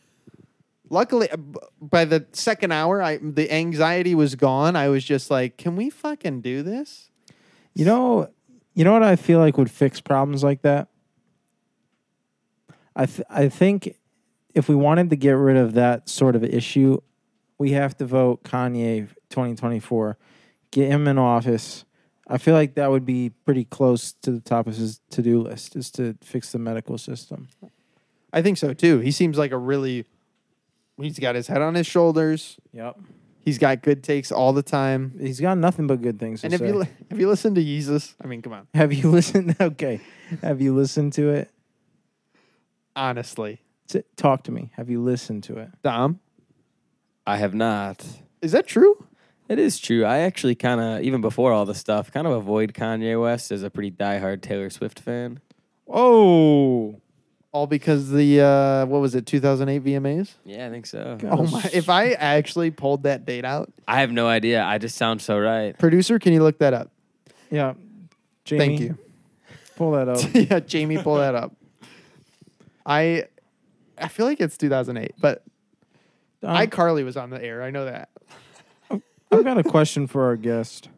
Speaker 1: Luckily, uh, b- by the second hour, I, the anxiety was gone. I was just like, can we fucking do this?
Speaker 2: You know, you know what I feel like would fix problems like that. I th- I think if we wanted to get rid of that sort of issue, we have to vote Kanye 2024, get him in office. I feel like that would be pretty close to the top of his to do list is to fix the medical system.
Speaker 1: I think so too. He seems like a really he's got his head on his shoulders.
Speaker 2: Yep,
Speaker 1: He's got good takes all the time.
Speaker 2: he's got nothing but good things. To
Speaker 1: And if
Speaker 2: say.
Speaker 1: you li- if you listen to Jesus, I mean, come on.
Speaker 2: (laughs) have you listened? (laughs) Okay, have you listened to it?
Speaker 1: Honestly.
Speaker 2: T- talk to me. Have you listened to it?
Speaker 1: Dom,
Speaker 3: I have not.
Speaker 1: is that true?
Speaker 3: It is true. I actually kind of, even before all this stuff, kind of avoid Kanye West as a pretty diehard Taylor Swift fan.
Speaker 2: Oh.
Speaker 1: All because the uh what was it, 2008 VMAs?
Speaker 3: Yeah, I think so.
Speaker 2: God.
Speaker 1: Oh my (laughs) if I actually pulled that date out,
Speaker 3: I have no idea. I just sound so right.
Speaker 1: producer, can you look that up? (laughs)
Speaker 2: Yeah. Jamie,
Speaker 1: Thank you.
Speaker 2: Pull
Speaker 1: (laughs)
Speaker 2: that up.
Speaker 1: yeah, Jamie, pull that up. I I feel like it's 2008, but
Speaker 2: I,
Speaker 1: iCarly was on the air. I know that.
Speaker 2: Um, I've got a question for our guest.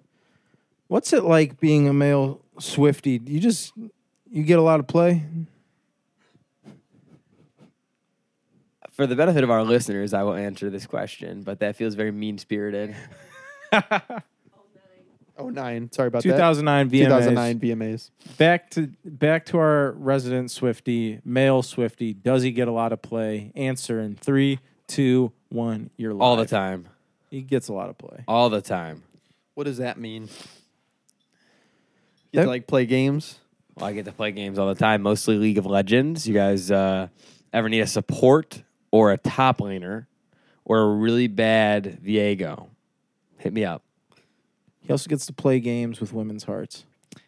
Speaker 2: What's it like being a male Swifty? You just you get a lot of play.
Speaker 3: For the benefit of our listeners, I will answer this question, but that feels very mean spirited.
Speaker 1: Oh nine. Sorry about that.
Speaker 2: 2009 VMAs.
Speaker 1: 2009 VMAs.
Speaker 2: Back to back to our resident Swifty, male Swifty. Does he get a lot of play? Answer in three, two, one. You're live.
Speaker 3: All the time.
Speaker 2: He gets a lot of play.
Speaker 3: All the time.
Speaker 1: What does that mean? You
Speaker 2: That-
Speaker 1: like play games?
Speaker 3: Well, I get to play games all the time, mostly League of Legends. You guys uh, ever need a support or a top laner or a really bad Viego? Hit me up.
Speaker 2: He also gets to play games with women's hearts.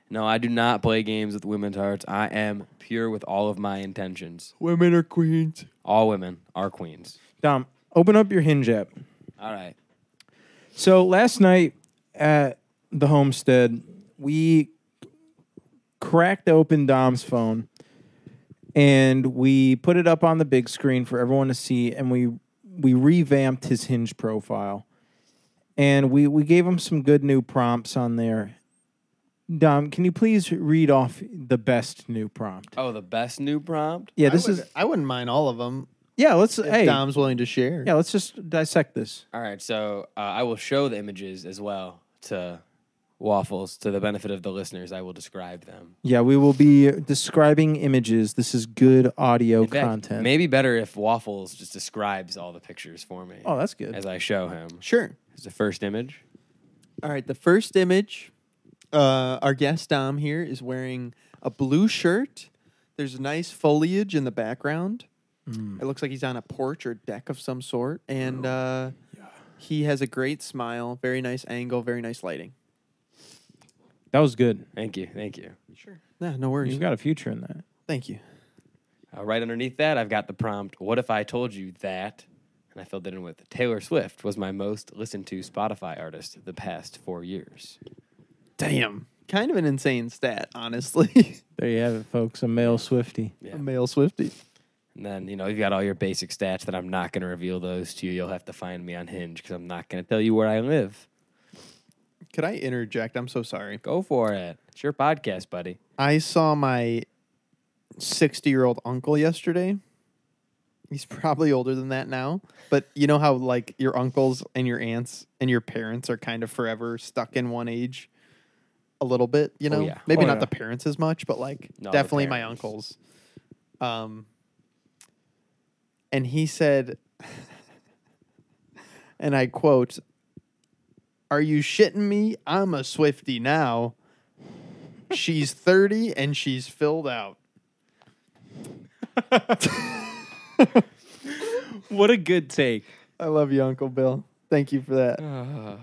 Speaker 3: No, I do not play games with women's hearts. I am pure with all of my intentions.
Speaker 1: Women are queens.
Speaker 3: All women are queens.
Speaker 2: Dom, open up your Hinge app.
Speaker 3: All right.
Speaker 2: So last night at the homestead, we cracked open Dom's phone and we put it up on the big screen for everyone to see and we we revamped his hinge profile and we we gave him some good new prompts on there dom can you please read off the best new prompt
Speaker 3: Oh, the best new prompt?
Speaker 2: yeah this is
Speaker 1: I wouldn't mind all of them.
Speaker 2: yeah let's
Speaker 1: If
Speaker 2: hey
Speaker 1: Dom's willing to share.
Speaker 2: yeah let's just dissect this
Speaker 3: All right, so uh, I will show the images as well to Waffles to the benefit of the listeners. I will describe them.
Speaker 2: yeah we will be describing images this is good audio
Speaker 3: In fact,
Speaker 2: content
Speaker 3: Maybe better if Waffles just describes all the pictures for me
Speaker 2: oh that's good
Speaker 3: as I show him.
Speaker 1: Sure.
Speaker 3: Here's the first image.
Speaker 1: All right. The first image, uh, our guest Dom here is wearing a blue shirt. There's nice foliage in the background.
Speaker 2: Mm.
Speaker 1: It looks like he's on a porch or deck of some sort,
Speaker 2: Oh,
Speaker 1: and uh, he has a great smile. Very nice angle. Very nice lighting.
Speaker 2: that was good
Speaker 3: Thank you, thank you.
Speaker 1: Sure. No, no worries.
Speaker 2: you've got a future in that
Speaker 1: Thank you.
Speaker 3: Uh, right underneath that, I've got the prompt. What if I told you that? And I filled it in with Taylor Swift was my most listened to Spotify artist the past four years.
Speaker 1: Damn. Kind of an insane stat, honestly. (laughs)
Speaker 2: there you have it folks a male swifty
Speaker 3: Yeah.
Speaker 1: A male Swifty.
Speaker 3: And then, you know, you've got all your basic stats that I'm not going to reveal those to you. You'll have to find me on Hinge because I'm not going to tell you where I live.
Speaker 1: Could I interject? I'm so sorry.
Speaker 3: Go for it. It's your podcast, buddy.
Speaker 1: I saw my 60 year old uncle yesterday. He's probably older than that now. But you know how, like, your uncles and your aunts and your parents are kind of forever stuck in one age a little bit, you
Speaker 3: Oh,
Speaker 1: know?
Speaker 3: yeah.
Speaker 1: Maybe
Speaker 2: Oh,
Speaker 1: not
Speaker 2: yeah.
Speaker 1: the parents as much, but like,
Speaker 3: No, the
Speaker 1: definitely my
Speaker 3: parents.
Speaker 1: uncles. Um, and he said, (laughs) and I quote, Are you shitting me? I'm a Swifty now. She's 30 and she's filled out.
Speaker 2: what a good take
Speaker 1: I love you, Uncle Bill. Thank you for that.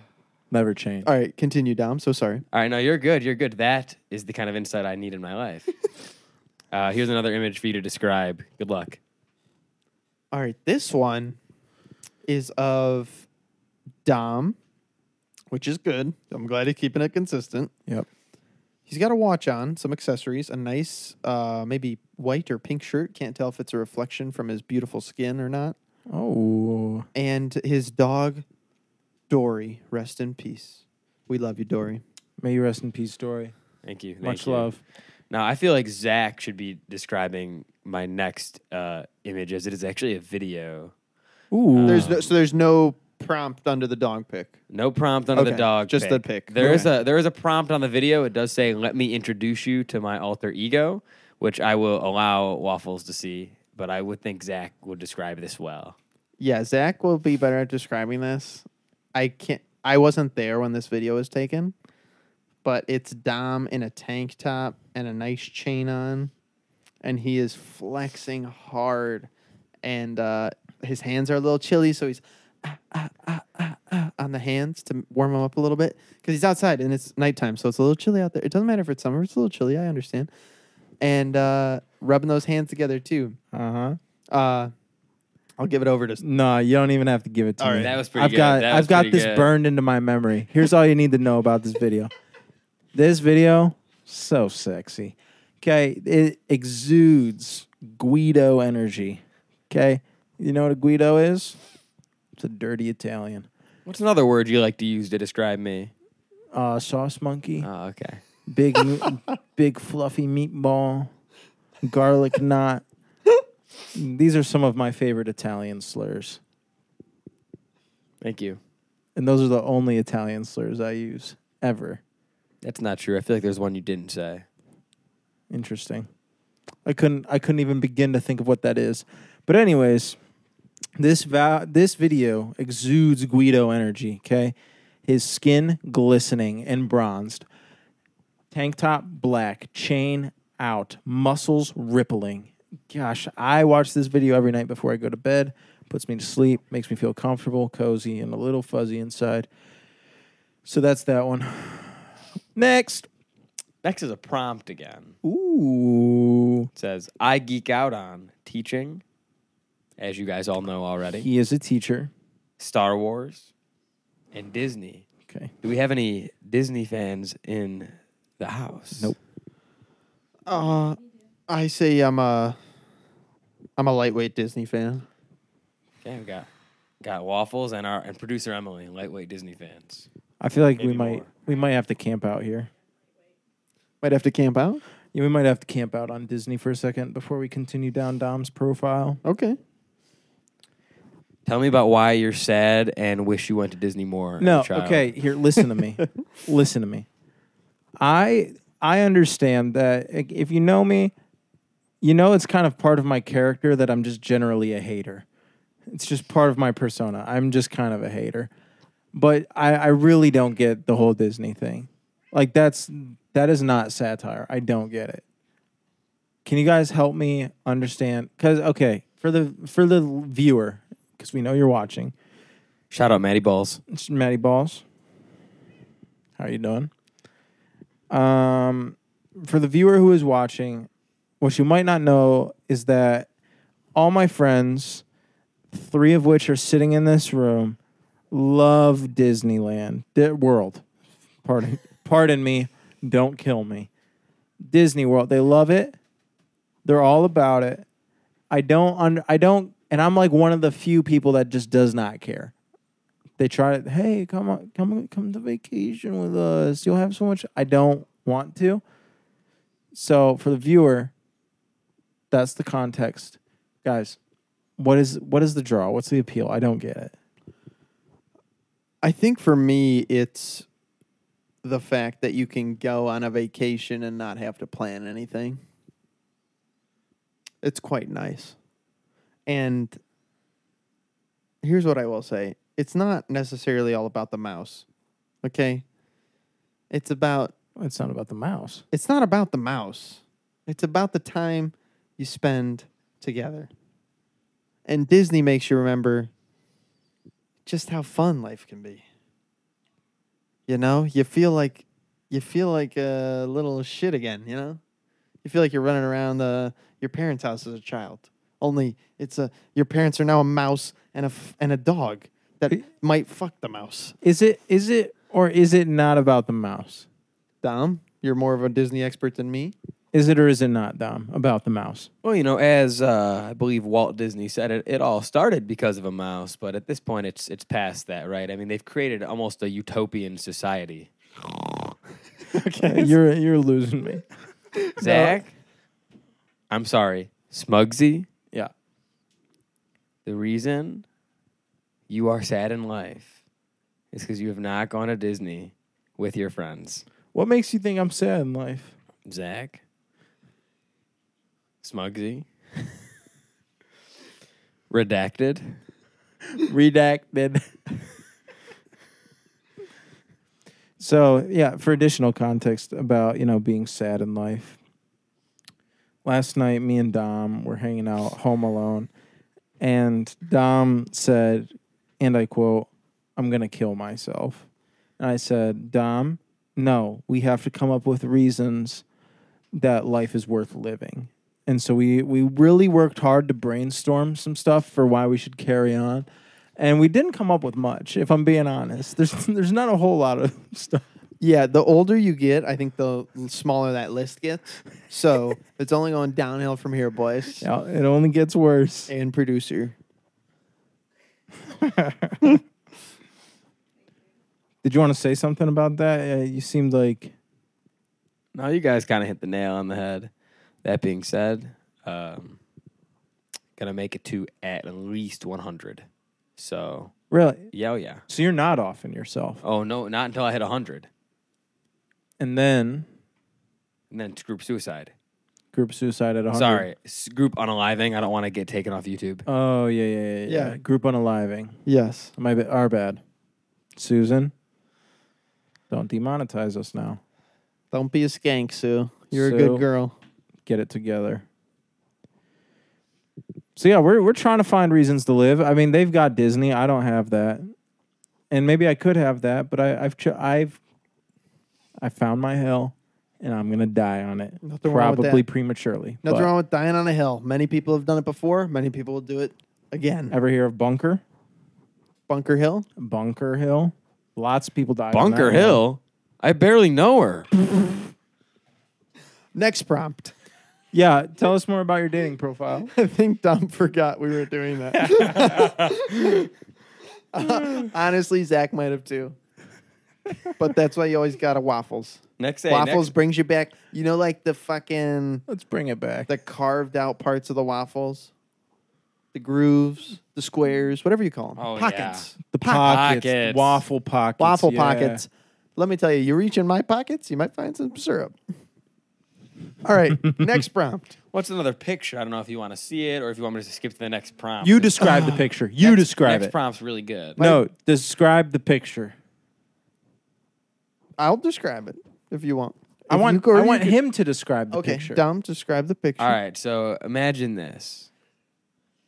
Speaker 2: never change
Speaker 1: All right, continue, Dom. So sorry.
Speaker 3: All right, no, you're good. You're good. That is the kind of insight I need in my life. uh, here's another image for you to describe. Good luck.
Speaker 1: All right, this one is of Dom, which is good. I'm glad he's keeping it consistent.
Speaker 2: yep
Speaker 1: He's got a watch on, some accessories, a nice, uh, maybe white or pink shirt. Can't tell if it's a reflection from his beautiful skin or not.
Speaker 2: oh
Speaker 1: And his dog, Dory. Rest in peace. We love you, Dory.
Speaker 2: May you rest in peace, Dory.
Speaker 3: Thank you. Thank
Speaker 2: Much
Speaker 3: you.
Speaker 2: love.
Speaker 3: Now, I feel like Zach should be describing my next uh, image as it is actually a video.
Speaker 2: Ooh.
Speaker 1: There's no, so there's no prompt under the dog pick.
Speaker 3: No prompt under the
Speaker 1: Okay,
Speaker 3: dog.
Speaker 1: just the pick.
Speaker 3: There is a there is a prompt on the video. It does say, "Let me introduce you to my alter ego," which I will allow Waffles to see. But I would think Zach would describe this well.
Speaker 1: Yeah, Zach will be better at describing this. I can't. I wasn't there when this video was taken, but it's Dom in a tank top and a nice chain on, and he is flexing hard, and uh, his hands are a little chilly, so he's ah, ah, ah, ah, ah, on the hands to warm him up a little bit because he's outside and it's nighttime, so it's a little chilly out there. It doesn't matter if it's summer; it's a little chilly. I understand, and uh, rubbing those hands together too.
Speaker 2: Uh huh.
Speaker 1: Uh, I'll give it over to
Speaker 2: No, you don't even have to give it to
Speaker 1: All
Speaker 2: me.
Speaker 1: right.
Speaker 3: That was pretty
Speaker 2: I've
Speaker 3: good.
Speaker 2: got
Speaker 3: That was
Speaker 2: I've got
Speaker 3: pretty
Speaker 2: this
Speaker 3: good.
Speaker 2: burned into my memory. Here's all you need to know about this video. this video so sexy. Okay, it exudes Guido energy. Okay, you know what a Guido is? It's a dirty Italian.
Speaker 3: What's another word you like to use to describe me?
Speaker 2: Uh, sauce monkey.
Speaker 3: Oh, okay. (laughs)
Speaker 2: big big fluffy meatball, garlic
Speaker 3: (laughs)
Speaker 2: knot. These are some of my favorite Italian slurs,
Speaker 3: Thank you.
Speaker 2: and those are the only Italian slurs I use ever.
Speaker 3: That's not true. I feel like there's one you didn't say.
Speaker 2: Interesting. I couldn't I couldn't even begin to think of what that is. But anyways, this va- this video exudes Guido energy, okay? His skin glistening and bronzed. Tank top black, chain out, muscles rippling. Gosh, I watch this video every night before I go to bed. Puts me to sleep, makes me feel comfortable, cozy, and a little fuzzy inside. So that's that one. (sighs) Next.
Speaker 3: Next is a prompt again.
Speaker 2: Ooh.
Speaker 3: It says, "I geek out on teaching," as you guys all know already.
Speaker 2: He is a teacher.
Speaker 3: Star Wars and Disney.
Speaker 2: Okay.
Speaker 3: Do we have any Disney fans in the house?
Speaker 2: Nope.
Speaker 1: Uh, I say I'm a I'm a lightweight Disney fan.
Speaker 3: Okay, we got got waffles and our and producer Emily, lightweight Disney fans.
Speaker 2: I feel like we
Speaker 3: Maybe
Speaker 2: might
Speaker 3: more.
Speaker 2: we might have to camp out here.
Speaker 1: Might have to camp out.
Speaker 2: Yeah, we might have to camp out on Disney for a second before we continue down Dom's profile.
Speaker 1: Okay.
Speaker 3: Tell me about why you're sad and wish you went to Disney more. as a
Speaker 2: No,
Speaker 3: child.
Speaker 2: okay, here listen to me. listen to me. I I understand that i- if you know me, you know it's kind of part of my character that I'm just generally a hater. It's just part of my persona. I'm just kind of a hater. But I, I really don't get the whole Disney thing. Like that's that is not satire. I don't get it. Can you guys help me understand? Cause okay, for the for the viewer, because we know you're watching,
Speaker 3: Shout out Maddie Balls.
Speaker 2: it's Matty Balls. How are you doing? Um, for the viewer who is watching, what you might not know is that all my friends, three of which are sitting in this room, love Disneyland Di- World. Pardon, (laughs) pardon me. Don't kill me. Disney World. They love it. They're all about it. I don't under. I don't. And I'm like one of the few people that just does not care they try to hey come on come come to vacation with us you'll have so much i don't want to so for the viewer that's the context guys what is what is the draw what's the appeal i don't get it
Speaker 1: I think for me, it's the fact that you can go on a vacation and not have to plan anything. It's quite nice. And here's what I will say it's not necessarily all about the mouse, okay? It's about
Speaker 2: it's not about the mouse
Speaker 1: it's not about the mouse. It's about the time you spend together. And Disney makes you remember just how fun life can be. You know, you feel like you feel like a little shit again, you know? You feel like you're running around uh, your parents' house as a child. Only it's a your parents are now a mouse and a f- and a dog that
Speaker 2: Hey.
Speaker 1: might fuck the mouse.
Speaker 2: is it is it or is it not about the mouse
Speaker 1: Dom, you're more of a Disney expert than me.
Speaker 2: is it or is it not dom about the mouse
Speaker 3: Well, you know, as uh, I believe Walt Disney said, it, it all started because of a mouse. But at this point, it's it's past that, right? I mean, they've created almost a utopian society.
Speaker 2: okay you're you're losing me
Speaker 3: Zach, I'm sorry, Smugsy.
Speaker 2: yeah
Speaker 3: The reason you are sad in life is because you have not gone to Disney with your friends.
Speaker 2: what makes you think i'm sad in life
Speaker 3: Zach, Smugsy, (laughs) Redacted,
Speaker 2: redacted.
Speaker 3: (laughs)
Speaker 2: so yeah, for additional context about you know being sad in life. Last night, me and Dom were hanging out home alone, and Dom said, and I quote, "I'm gonna kill myself," and I said, "Dom, no, we have to come up with reasons that life is worth living." And so we we really worked hard to brainstorm some stuff for why we should carry on and we didn't come up with much. If I'm being honest, there's (laughs) there's not a whole lot of (laughs) stuff.
Speaker 1: Yeah, the older you get, I think the l- smaller that list gets. (laughs) So it's only going downhill from here, boys.
Speaker 2: Yeah, It only gets worse.
Speaker 1: And producer.
Speaker 2: Did you want to say something about that? Uh, you seemed like
Speaker 3: No, you guys kind of hit the nail on the head. That being said, um, gonna make it to at least 100. So,
Speaker 2: really.
Speaker 3: yeah, oh, yeah.
Speaker 2: So you're not offing yourself,
Speaker 3: Oh, no, not until I hit 100.
Speaker 2: and then
Speaker 3: And then it's group suicide.
Speaker 2: group suicide at 100.
Speaker 3: Sorry, s- group unaliving. I don't want to get taken off YouTube.
Speaker 2: Oh yeah, yeah, yeah, yeah.
Speaker 1: Yeah.
Speaker 2: Group unaliving.
Speaker 1: Yes.
Speaker 2: My ba- our bad. Susan, don't demonetize us now.
Speaker 1: Don't be a skank, Sue. You're a
Speaker 2: Sue.
Speaker 1: good girl.
Speaker 2: get it together. So yeah, we're we're trying to find reasons to live. I mean, they've got Disney. I don't have that, and maybe I could have that, but I, I've ch- I've I found my hell, and I'm gonna die on it.
Speaker 1: Nothing wrong with
Speaker 2: probably
Speaker 1: that.
Speaker 2: prematurely.
Speaker 1: Nothing
Speaker 2: but
Speaker 1: wrong with dying on a hill. Many people have done it before. Many people will do it again.
Speaker 2: Ever hear of Bunker?
Speaker 1: Bunker Hill.
Speaker 2: Bunker Hill. Lots of people die.
Speaker 3: Bunker Hill? I barely know her.
Speaker 1: Next prompt.
Speaker 2: Yeah, tell us more about your dating profile.
Speaker 1: (laughs) I think Dom forgot we were doing that. (laughs) honestly, Zach might have too. But that's why you always got to waffles.
Speaker 3: Next day,
Speaker 1: waffles brings you back. You know, like the fucking
Speaker 2: Let's bring it back.
Speaker 1: the carved out parts of the waffles, the grooves, the squares, whatever you call them.
Speaker 3: Oh, yeah.
Speaker 1: pockets.
Speaker 2: The
Speaker 3: Pockets.
Speaker 2: waffle pockets,
Speaker 1: Waffle
Speaker 2: yeah.
Speaker 1: pockets. Let me tell you, you reach in my pockets, you might find some syrup. All
Speaker 2: (laughs)
Speaker 1: right, next prompt.
Speaker 3: What's another picture? I don't know if you want to see it or if you want me to skip to the next prompt.
Speaker 2: You
Speaker 1: (sighs)
Speaker 2: describe the picture. You
Speaker 3: Next-
Speaker 2: describe
Speaker 3: Next
Speaker 2: it.
Speaker 3: prompt's really good.
Speaker 2: No, describe the picture.
Speaker 1: I'll describe it if you want.
Speaker 2: I
Speaker 1: If you
Speaker 2: want
Speaker 1: go-
Speaker 2: I
Speaker 1: you
Speaker 2: want
Speaker 1: could-
Speaker 2: him to describe the
Speaker 1: Okay,
Speaker 2: picture.
Speaker 1: Dom, describe the picture.
Speaker 3: All right, so imagine this.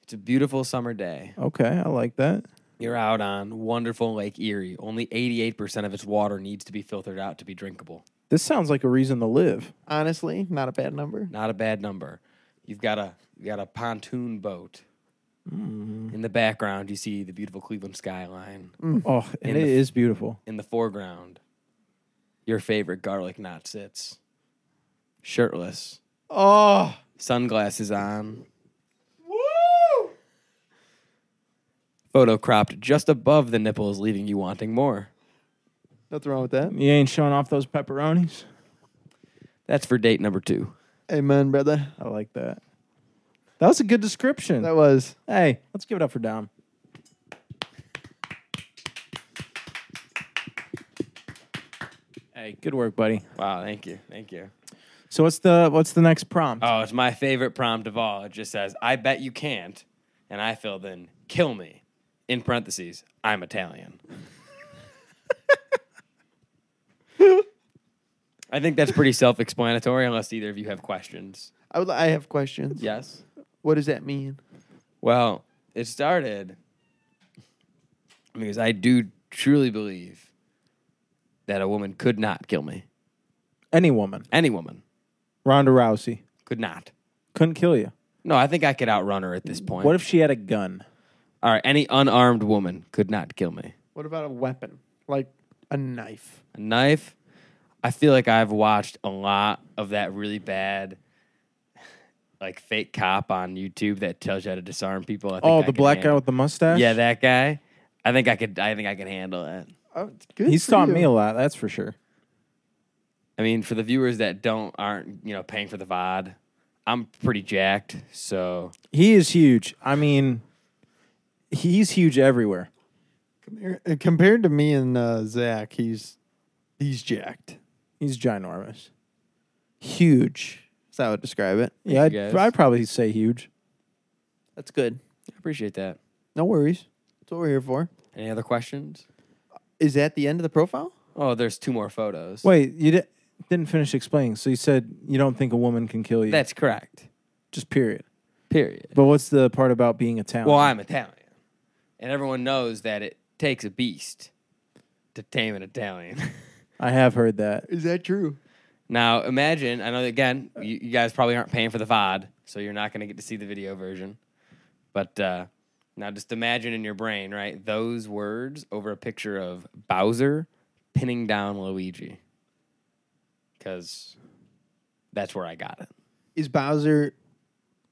Speaker 3: It's a beautiful summer day.
Speaker 2: Okay, I like that.
Speaker 3: You're out on wonderful Lake Erie. Only 88% of its water needs to be filtered out to be drinkable.
Speaker 2: This sounds like a reason to live.
Speaker 1: Honestly, not a bad number.
Speaker 3: Not a bad number. You've got a you got a pontoon boat. In the background, you see the beautiful Cleveland skyline.
Speaker 2: Oh, and
Speaker 3: In
Speaker 2: it
Speaker 3: the-
Speaker 2: is beautiful.
Speaker 3: In the foreground, your favorite garlic knot sits, shirtless,
Speaker 1: Oh,
Speaker 3: sunglasses on. Woo! Photo cropped just above the nipples, leaving you wanting more.
Speaker 1: nothing wrong with that.
Speaker 2: You ain't showing off those pepperonis.
Speaker 3: That's for date number two.
Speaker 1: Amen, brother.
Speaker 2: I like that. That was a good description.
Speaker 1: That was
Speaker 2: hey, let's give it up for Dom. Hey, good work, buddy.
Speaker 3: Wow, thank you. Thank you.
Speaker 2: So what's the what's the next prompt?
Speaker 3: Oh, it's my favorite prompt of all. It just says, I bet you can't. And I filled in, kill me. In parentheses, I'm Italian. (laughs) I think that's pretty self explanatory, unless either of you have questions.
Speaker 1: I would I have questions.
Speaker 3: Yes?
Speaker 1: What does that mean?
Speaker 3: Well, it started because I do truly believe that a woman could not kill me.
Speaker 2: Any woman.
Speaker 3: Any woman
Speaker 2: Ronda Rousey
Speaker 3: could not.
Speaker 2: couldn't kill you.
Speaker 3: No, I think I could outrun her at this point.
Speaker 2: What if she had a gun?
Speaker 3: All right, any unarmed woman could not kill me.
Speaker 1: What about a weapon? Like a knife.
Speaker 3: A knife. I feel like I've watched a lot of that really bad, like fake cop on YouTube that tells you how to disarm people. I think
Speaker 2: Oh,
Speaker 3: I
Speaker 2: the
Speaker 3: could
Speaker 2: black guy
Speaker 3: handle-
Speaker 2: with the mustache.
Speaker 3: Yeah, that guy. I think I could. I think I could handle it.
Speaker 1: Oh, it's good
Speaker 2: he's
Speaker 1: for
Speaker 2: taught
Speaker 1: you.
Speaker 2: me a lot. That's for sure.
Speaker 3: I mean, for the viewers that don't aren't you know paying for the VOD, I'm pretty jacked. So
Speaker 2: He is huge. I mean, he's huge everywhere.
Speaker 1: Compar- uh, Compared to me and uh, Zach, he's he's jacked.
Speaker 2: He's ginormous.
Speaker 1: Huge. That's how I would describe it.
Speaker 2: Yeah, I'd,
Speaker 3: guys.
Speaker 2: I'd probably say huge.
Speaker 1: That's good.
Speaker 3: I appreciate that.
Speaker 1: No worries. That's what we're here for.
Speaker 3: Any other questions?
Speaker 1: Is that the end of the profile?
Speaker 3: Oh, there's two more photos.
Speaker 2: Wait, you di- didn't finish explaining. So you said you don't think a woman can kill you.
Speaker 3: That's correct.
Speaker 2: just period.
Speaker 3: Period.
Speaker 2: But what's the part about being Italian?
Speaker 3: Well, I'm Italian, and everyone knows that it takes a beast to tame an Italian. (laughs)
Speaker 2: I have heard that.
Speaker 1: Is that true?
Speaker 3: now, imagine. I know that, again, you, you guys probably aren't paying for the VOD, so you're not going to get to see the video version. But uh, now, just imagine in your brain, right? Those words over a picture of Bowser pinning down Luigi, because that's where I got it.
Speaker 1: Is Bowser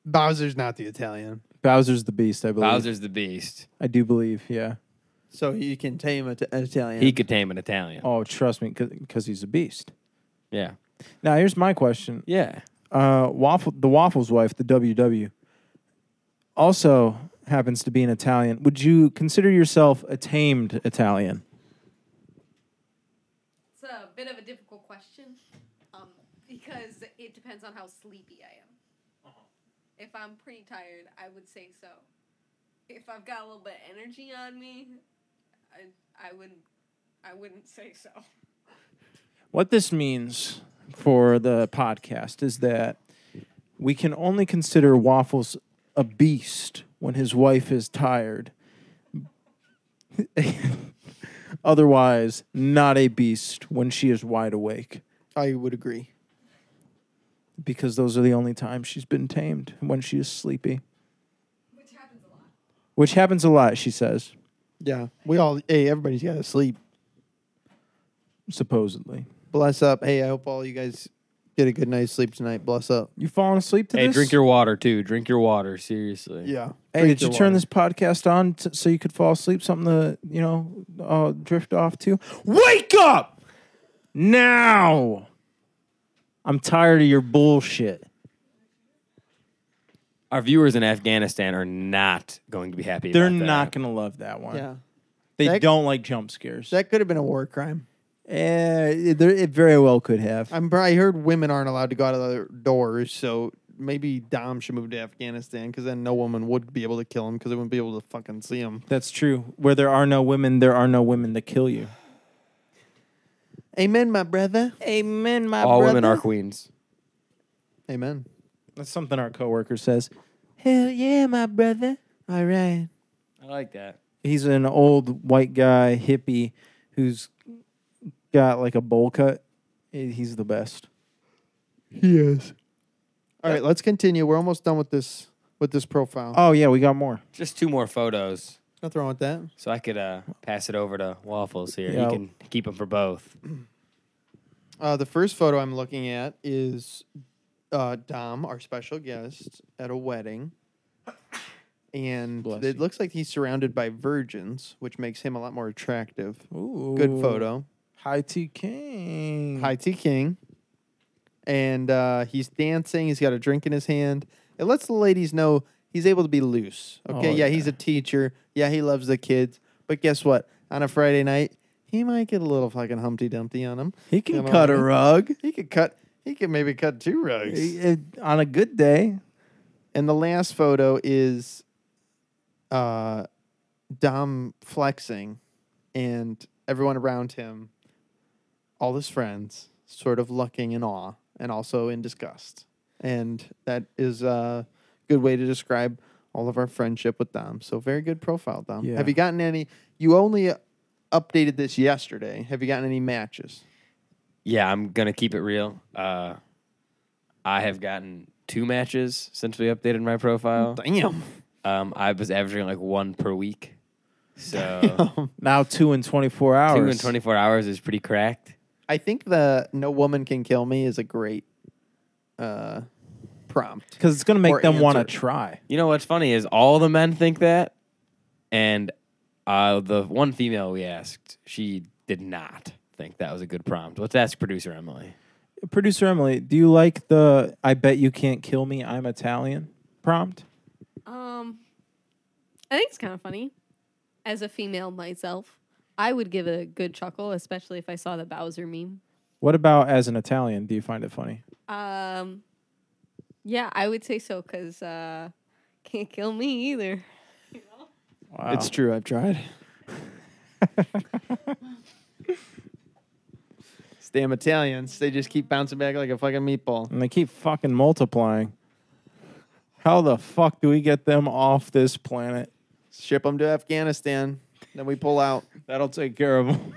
Speaker 1: Bowser's not the Italian.
Speaker 2: Bowser's the beast, I believe.
Speaker 3: Bowser's the beast.
Speaker 2: I do believe, yeah.
Speaker 1: So he can tame it- an Italian.
Speaker 3: He could tame an Italian.
Speaker 2: Oh, trust me, because he's a beast.
Speaker 3: Yeah.
Speaker 2: Now, here's my question.
Speaker 3: Yeah.
Speaker 2: Uh, Waffle, the Waffle's wife, the WW, also happens to be an Italian. Would you consider yourself a tamed Italian?
Speaker 4: It's a bit of a difficult question, um, because it depends on how sleepy I am. If I'm pretty tired, I would say so. If I've got a little bit of energy on me, I I wouldn't I wouldn't say so.
Speaker 2: What this means for the podcast is that we can only consider Waffles a beast when his wife is tired. (laughs) Otherwise, not a beast when she is wide awake,
Speaker 1: I would agree.
Speaker 2: because those are the only times she's been tamed when she is sleepy,
Speaker 4: Which happens a lot.
Speaker 2: which happens a lot, she says,
Speaker 1: Yeah. We all hey, everybody's gotta sleep.
Speaker 2: supposedly.
Speaker 1: Bless up. Hey, I hope all you guys Get a good night's sleep tonight. Bless up.
Speaker 2: You falling asleep to
Speaker 3: Hey,
Speaker 2: this?
Speaker 3: drink your water too. Drink your water. Seriously.
Speaker 1: Yeah.
Speaker 2: Hey, did you turn this podcast on t- so you could fall asleep? Something to you know uh, drift off to. Wake up now! I'm tired of your bullshit.
Speaker 3: Our viewers in Afghanistan are not going to be happy.
Speaker 2: They're
Speaker 3: about that.
Speaker 2: not gonna love that one.
Speaker 1: Yeah.
Speaker 2: They
Speaker 1: That-
Speaker 2: don't like jump scares.
Speaker 1: That could have been a war crime.
Speaker 2: Eh, it, there- it very well could have.
Speaker 1: I'm I heard women aren't allowed to go out of their doors, so maybe Dom should move to Afghanistan because then no woman would be able to kill him because they wouldn't be able to fucking see him.
Speaker 2: That's true. Where there are no women, there are no women to kill you.
Speaker 1: Amen, my brother.
Speaker 2: Amen, my
Speaker 3: All women are queens.
Speaker 1: Amen.
Speaker 2: That's something our coworker says. Hell yeah, my brother.
Speaker 1: All right.
Speaker 3: I like that.
Speaker 2: He's an old white guy hippie who's got like a bowl cut. Eh, He's the best.
Speaker 1: He is. All right, let's continue. We're almost done with this with this profile.
Speaker 2: Oh yeah, we got more.
Speaker 3: Just two more photos,
Speaker 1: Nothing wrong with that.
Speaker 3: so I could uh, pass it over to Waffles here.
Speaker 2: Yeah.
Speaker 3: You can keep them for both.
Speaker 1: Uh, the first photo I'm looking at is uh, Dom, our special guest, at a wedding. And
Speaker 2: Bless
Speaker 1: it
Speaker 2: you.
Speaker 1: looks like he's surrounded by virgins, which makes him a lot more attractive.
Speaker 2: Ooh,
Speaker 1: Good photo.
Speaker 2: High T King.
Speaker 1: Hi, T King. And uh, he's dancing. He's got a drink in his hand. It lets the ladies know he's able to be loose. Okay.
Speaker 2: Oh,
Speaker 1: yeah, he's a teacher. Yeah, he loves the kids. But guess what? On a Friday night, he might get a little fucking Humpty Dumpty on him.
Speaker 2: He can
Speaker 1: You know
Speaker 2: cut
Speaker 1: what I
Speaker 2: a
Speaker 1: mean?
Speaker 2: rug.
Speaker 1: He could cut. He could maybe cut two rugs.
Speaker 2: Eh, eh, on a good day.
Speaker 1: And the last photo is uh, Dom flexing, and everyone around him, all his friends, sort of looking in awe and also in disgust. And that is a good way to describe all of our friendship with Dom. So, very good profile, Dom.
Speaker 2: Yeah.
Speaker 1: Have you gotten any? You only updated this yesterday. Have you gotten any matches?
Speaker 3: Yeah, I'm gonna keep it real. Uh, I have gotten two matches since we updated my profile.
Speaker 1: Damn.
Speaker 3: Um, I was averaging like one per week,
Speaker 2: (laughs)
Speaker 3: so
Speaker 2: Now two in twenty four hours.
Speaker 3: two in 24 hours is pretty cracked.
Speaker 1: I think the No Woman Can Kill Me is a great uh, prompt.
Speaker 2: Because it's gonna make
Speaker 1: Or
Speaker 2: them want to
Speaker 1: answer.
Speaker 2: try.
Speaker 3: You know what's funny is all the men think that, and uh, the one female we asked, she did not think that was a good prompt. Let's ask producer (laughs) Emily.
Speaker 2: Producer Emily, do you like the "I bet you can't kill me, I'm Italian" prompt?
Speaker 4: Um, I think it's kind of funny. As a female myself, I would give it a good chuckle, especially if I saw the Bowser meme.
Speaker 2: What about as an Italian? Do you find it funny?
Speaker 4: Um, yeah, I would say so because uh, can't kill me either.
Speaker 2: Wow.
Speaker 1: It's true. I've tried. Damn Italians. They just keep bouncing back like a fucking meatball.
Speaker 2: and they keep fucking multiplying. How the fuck do we get them off this planet?
Speaker 1: Ship them to Afghanistan. Then we pull out.
Speaker 2: That'll take care of them.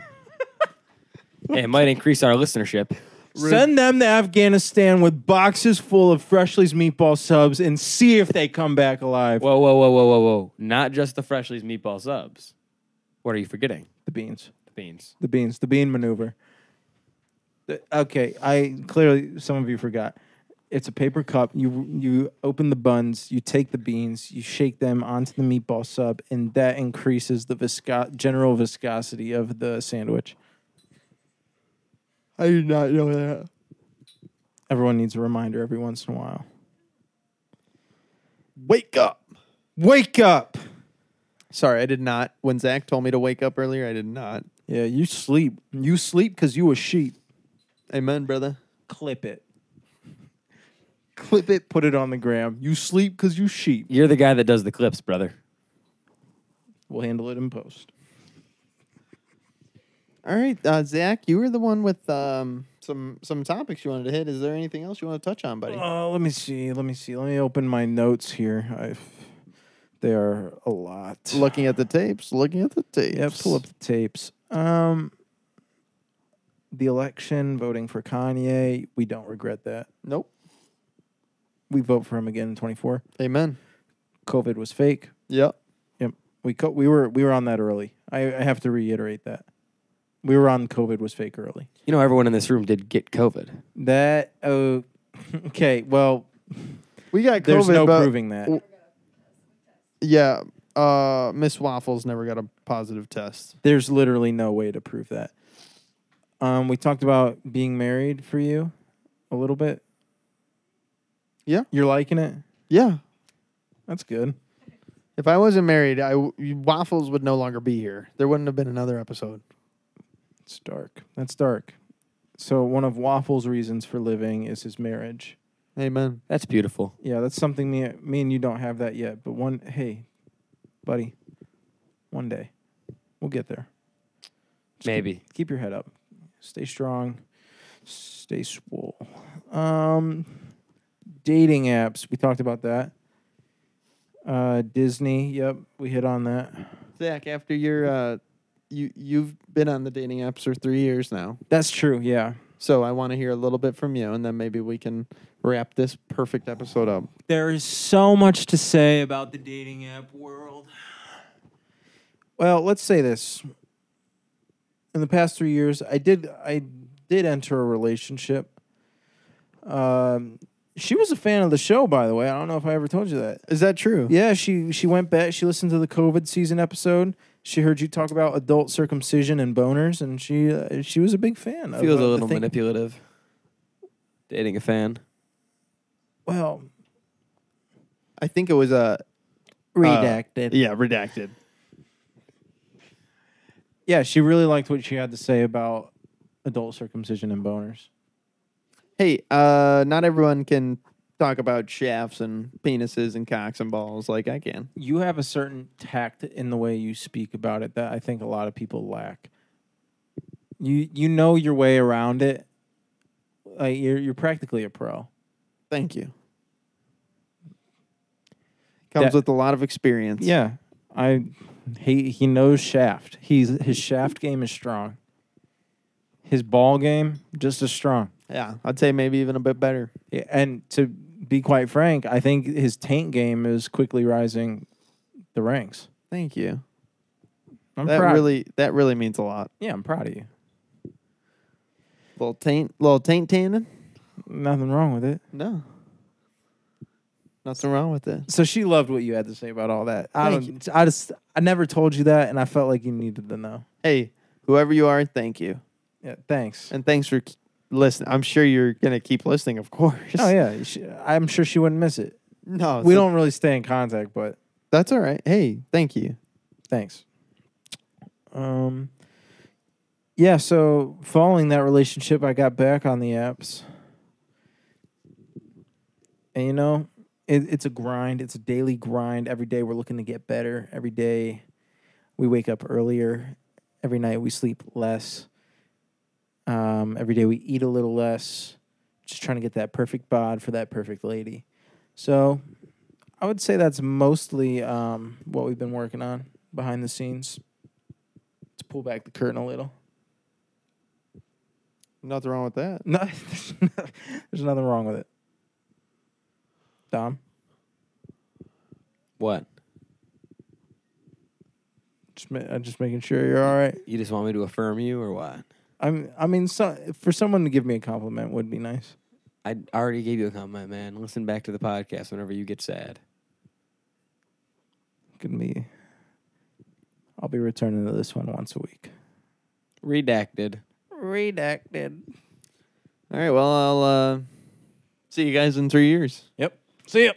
Speaker 3: Hey, it might increase our listenership.
Speaker 2: (laughs) Send them to Afghanistan with boxes full of Freshly's meatball subs and see if they come back alive.
Speaker 3: Whoa, whoa, whoa, whoa, whoa, whoa! Not just the Freshly's meatball subs. What are you forgetting?
Speaker 2: the beans,
Speaker 3: The beans.
Speaker 2: the beans, the bean maneuver. The- okay, I clearly some of you forgot. It's a paper cup. You you open the buns, you take the beans, you shake them onto the meatball sub, and that increases the visco- general viscosity of the sandwich.
Speaker 1: I did not know that.
Speaker 2: Everyone needs a reminder every once in a while.
Speaker 1: Wake up.
Speaker 2: Wake up!
Speaker 1: Sorry, I did not. When Zach told me to wake up earlier, I did not.
Speaker 2: Yeah, you sleep. You sleep because you a sheep.
Speaker 1: Amen, brother.
Speaker 2: Clip it. Clip it. Put it on the gram. You sleep because you sheep.
Speaker 3: You're the guy that does the clips, brother.
Speaker 2: We'll handle it in post.
Speaker 1: All right, uh, Zach, you were the one with um, some some topics you wanted to hit. Is there anything else you want to touch on, buddy?
Speaker 2: Oh, let me see. Let me see. Let me open my notes here. I've, they are a lot.
Speaker 1: looking at the tapes. Looking at the tapes.
Speaker 2: Yeah, pull up the tapes. Um, the election, voting for Kanye. We don't regret that.
Speaker 1: Nope.
Speaker 2: We vote for him again in 24.
Speaker 1: Amen.
Speaker 2: COVID was fake.
Speaker 1: Yep.
Speaker 2: Yep. We co- we were we were on that early. I, I have to reiterate that. We were on COVID was fake early.
Speaker 3: You know, everyone in this room did get COVID.
Speaker 2: That oh, (laughs) okay. Well,
Speaker 1: We got COVID.
Speaker 2: there's no
Speaker 1: but-
Speaker 2: proving that.
Speaker 1: w- Yeah. Uh, Miss Waffles never got a positive test.
Speaker 2: There's literally no way to prove that. Um, we talked about being married for you a little bit.
Speaker 1: Yeah.
Speaker 2: You're liking it?
Speaker 1: Yeah.
Speaker 2: That's good.
Speaker 1: If I wasn't married, I w- Waffles would no longer be here. There wouldn't have been another episode.
Speaker 2: It's dark. That's dark. So one of Waffle's reasons for living is his marriage.
Speaker 1: Amen.
Speaker 3: That's beautiful.
Speaker 2: Yeah, that's something me me and you don't have that yet. But one hey, buddy, one day. We'll get there. Just keep-
Speaker 3: Maybe.
Speaker 2: Keep, your head up. Stay strong. Stay swole. Um dating apps. We talked about that. Uh Disney, yep, we hit on that.
Speaker 1: Zach, after your, uh, you you've been on the dating apps for three years now,
Speaker 2: That's true, yeah.
Speaker 1: so I want to hear a little bit from you, and then maybe we can wrap this perfect episode up.
Speaker 2: There is so much to say about the dating app world. Well, let's say this. In the past three years, I did I did enter a relationship. Um, she was a fan of the show, by the way. I don't know if I ever told you that.
Speaker 1: Is that true?
Speaker 2: Yeah, she she went back. She listened to the COVID season episode. She heard you talk about adult circumcision and boners, and she uh, she was a big fan. of,
Speaker 3: Feels
Speaker 2: uh,
Speaker 3: a
Speaker 2: the
Speaker 3: little
Speaker 2: thing-
Speaker 3: manipulative. Dating a fan.
Speaker 2: Well,
Speaker 1: I think it was a
Speaker 2: Uh, redacted.
Speaker 1: yeah redacted.
Speaker 2: Yeah, she really liked what she had to say about adult circumcision and boners.
Speaker 1: Hey, uh, not everyone can talk about shafts and penises and cocks and balls like I can.
Speaker 2: You have a certain tact in the way you speak about it that I think a lot of people lack. You you know your way around it. Like you're you're practically a pro.
Speaker 1: Thank you. Comes
Speaker 2: That-
Speaker 1: with a lot of experience.
Speaker 2: Yeah. I he he knows shaft. He's his shaft game is strong. His ball game just as strong.
Speaker 1: yeah. I'd say maybe even a bit better.
Speaker 2: Yeah, and to be quite frank, I think his taint game is quickly rising the ranks.
Speaker 1: Thank you.
Speaker 2: I'm
Speaker 1: that
Speaker 2: proud.
Speaker 1: really that really means a lot.
Speaker 2: yeah, I'm proud of you.
Speaker 1: Little taint, little taint tanning.
Speaker 2: Nothing wrong with it.
Speaker 1: No, nothing wrong with it.
Speaker 2: So she loved what you had to say about all that. I
Speaker 1: Thank
Speaker 2: don't. I just. I never told you that, and I felt like you needed to know.
Speaker 1: Hey, whoever you are, thank you,
Speaker 2: Yeah. Thanks.
Speaker 1: and thanks for k- listening. I'm sure you're gonna keep listening, of course. (laughs)
Speaker 2: oh yeah. you should- I'm sure she wouldn't miss it.
Speaker 1: No,
Speaker 2: we
Speaker 1: Oh, so-
Speaker 2: don't really stay in contact, but
Speaker 1: That's all right. Hey, thank you.
Speaker 2: thanks. Um. Yeah. So following that relationship, I got back on the apps, and you know, it, it's a grind. It's a daily grind. Every day we're looking to get better. Every day we wake up earlier. Every night we sleep less. Um, every day we eat a little less. Just trying to get that perfect bod for that perfect lady. So I would say that's mostly um, what we've been working on behind the scenes. To pull back the curtain a little. (laughs)
Speaker 1: Nothing wrong with that.
Speaker 2: No, there's nothing wrong with it. Dom,
Speaker 3: What?
Speaker 2: just ma- I'm just making sure you're all right.
Speaker 3: You just want me to affirm you or what?
Speaker 2: I'm. I mean, so, for someone to give me a compliment would be nice.
Speaker 3: I already gave you a comment, man. Listen back to the podcast whenever you get sad.
Speaker 2: Could be. I'll be returning to this one once a week.
Speaker 3: Redacted.
Speaker 2: Redacted.
Speaker 1: All right. Well, I'll uh, see you guys in three years.
Speaker 2: Yep. See ya.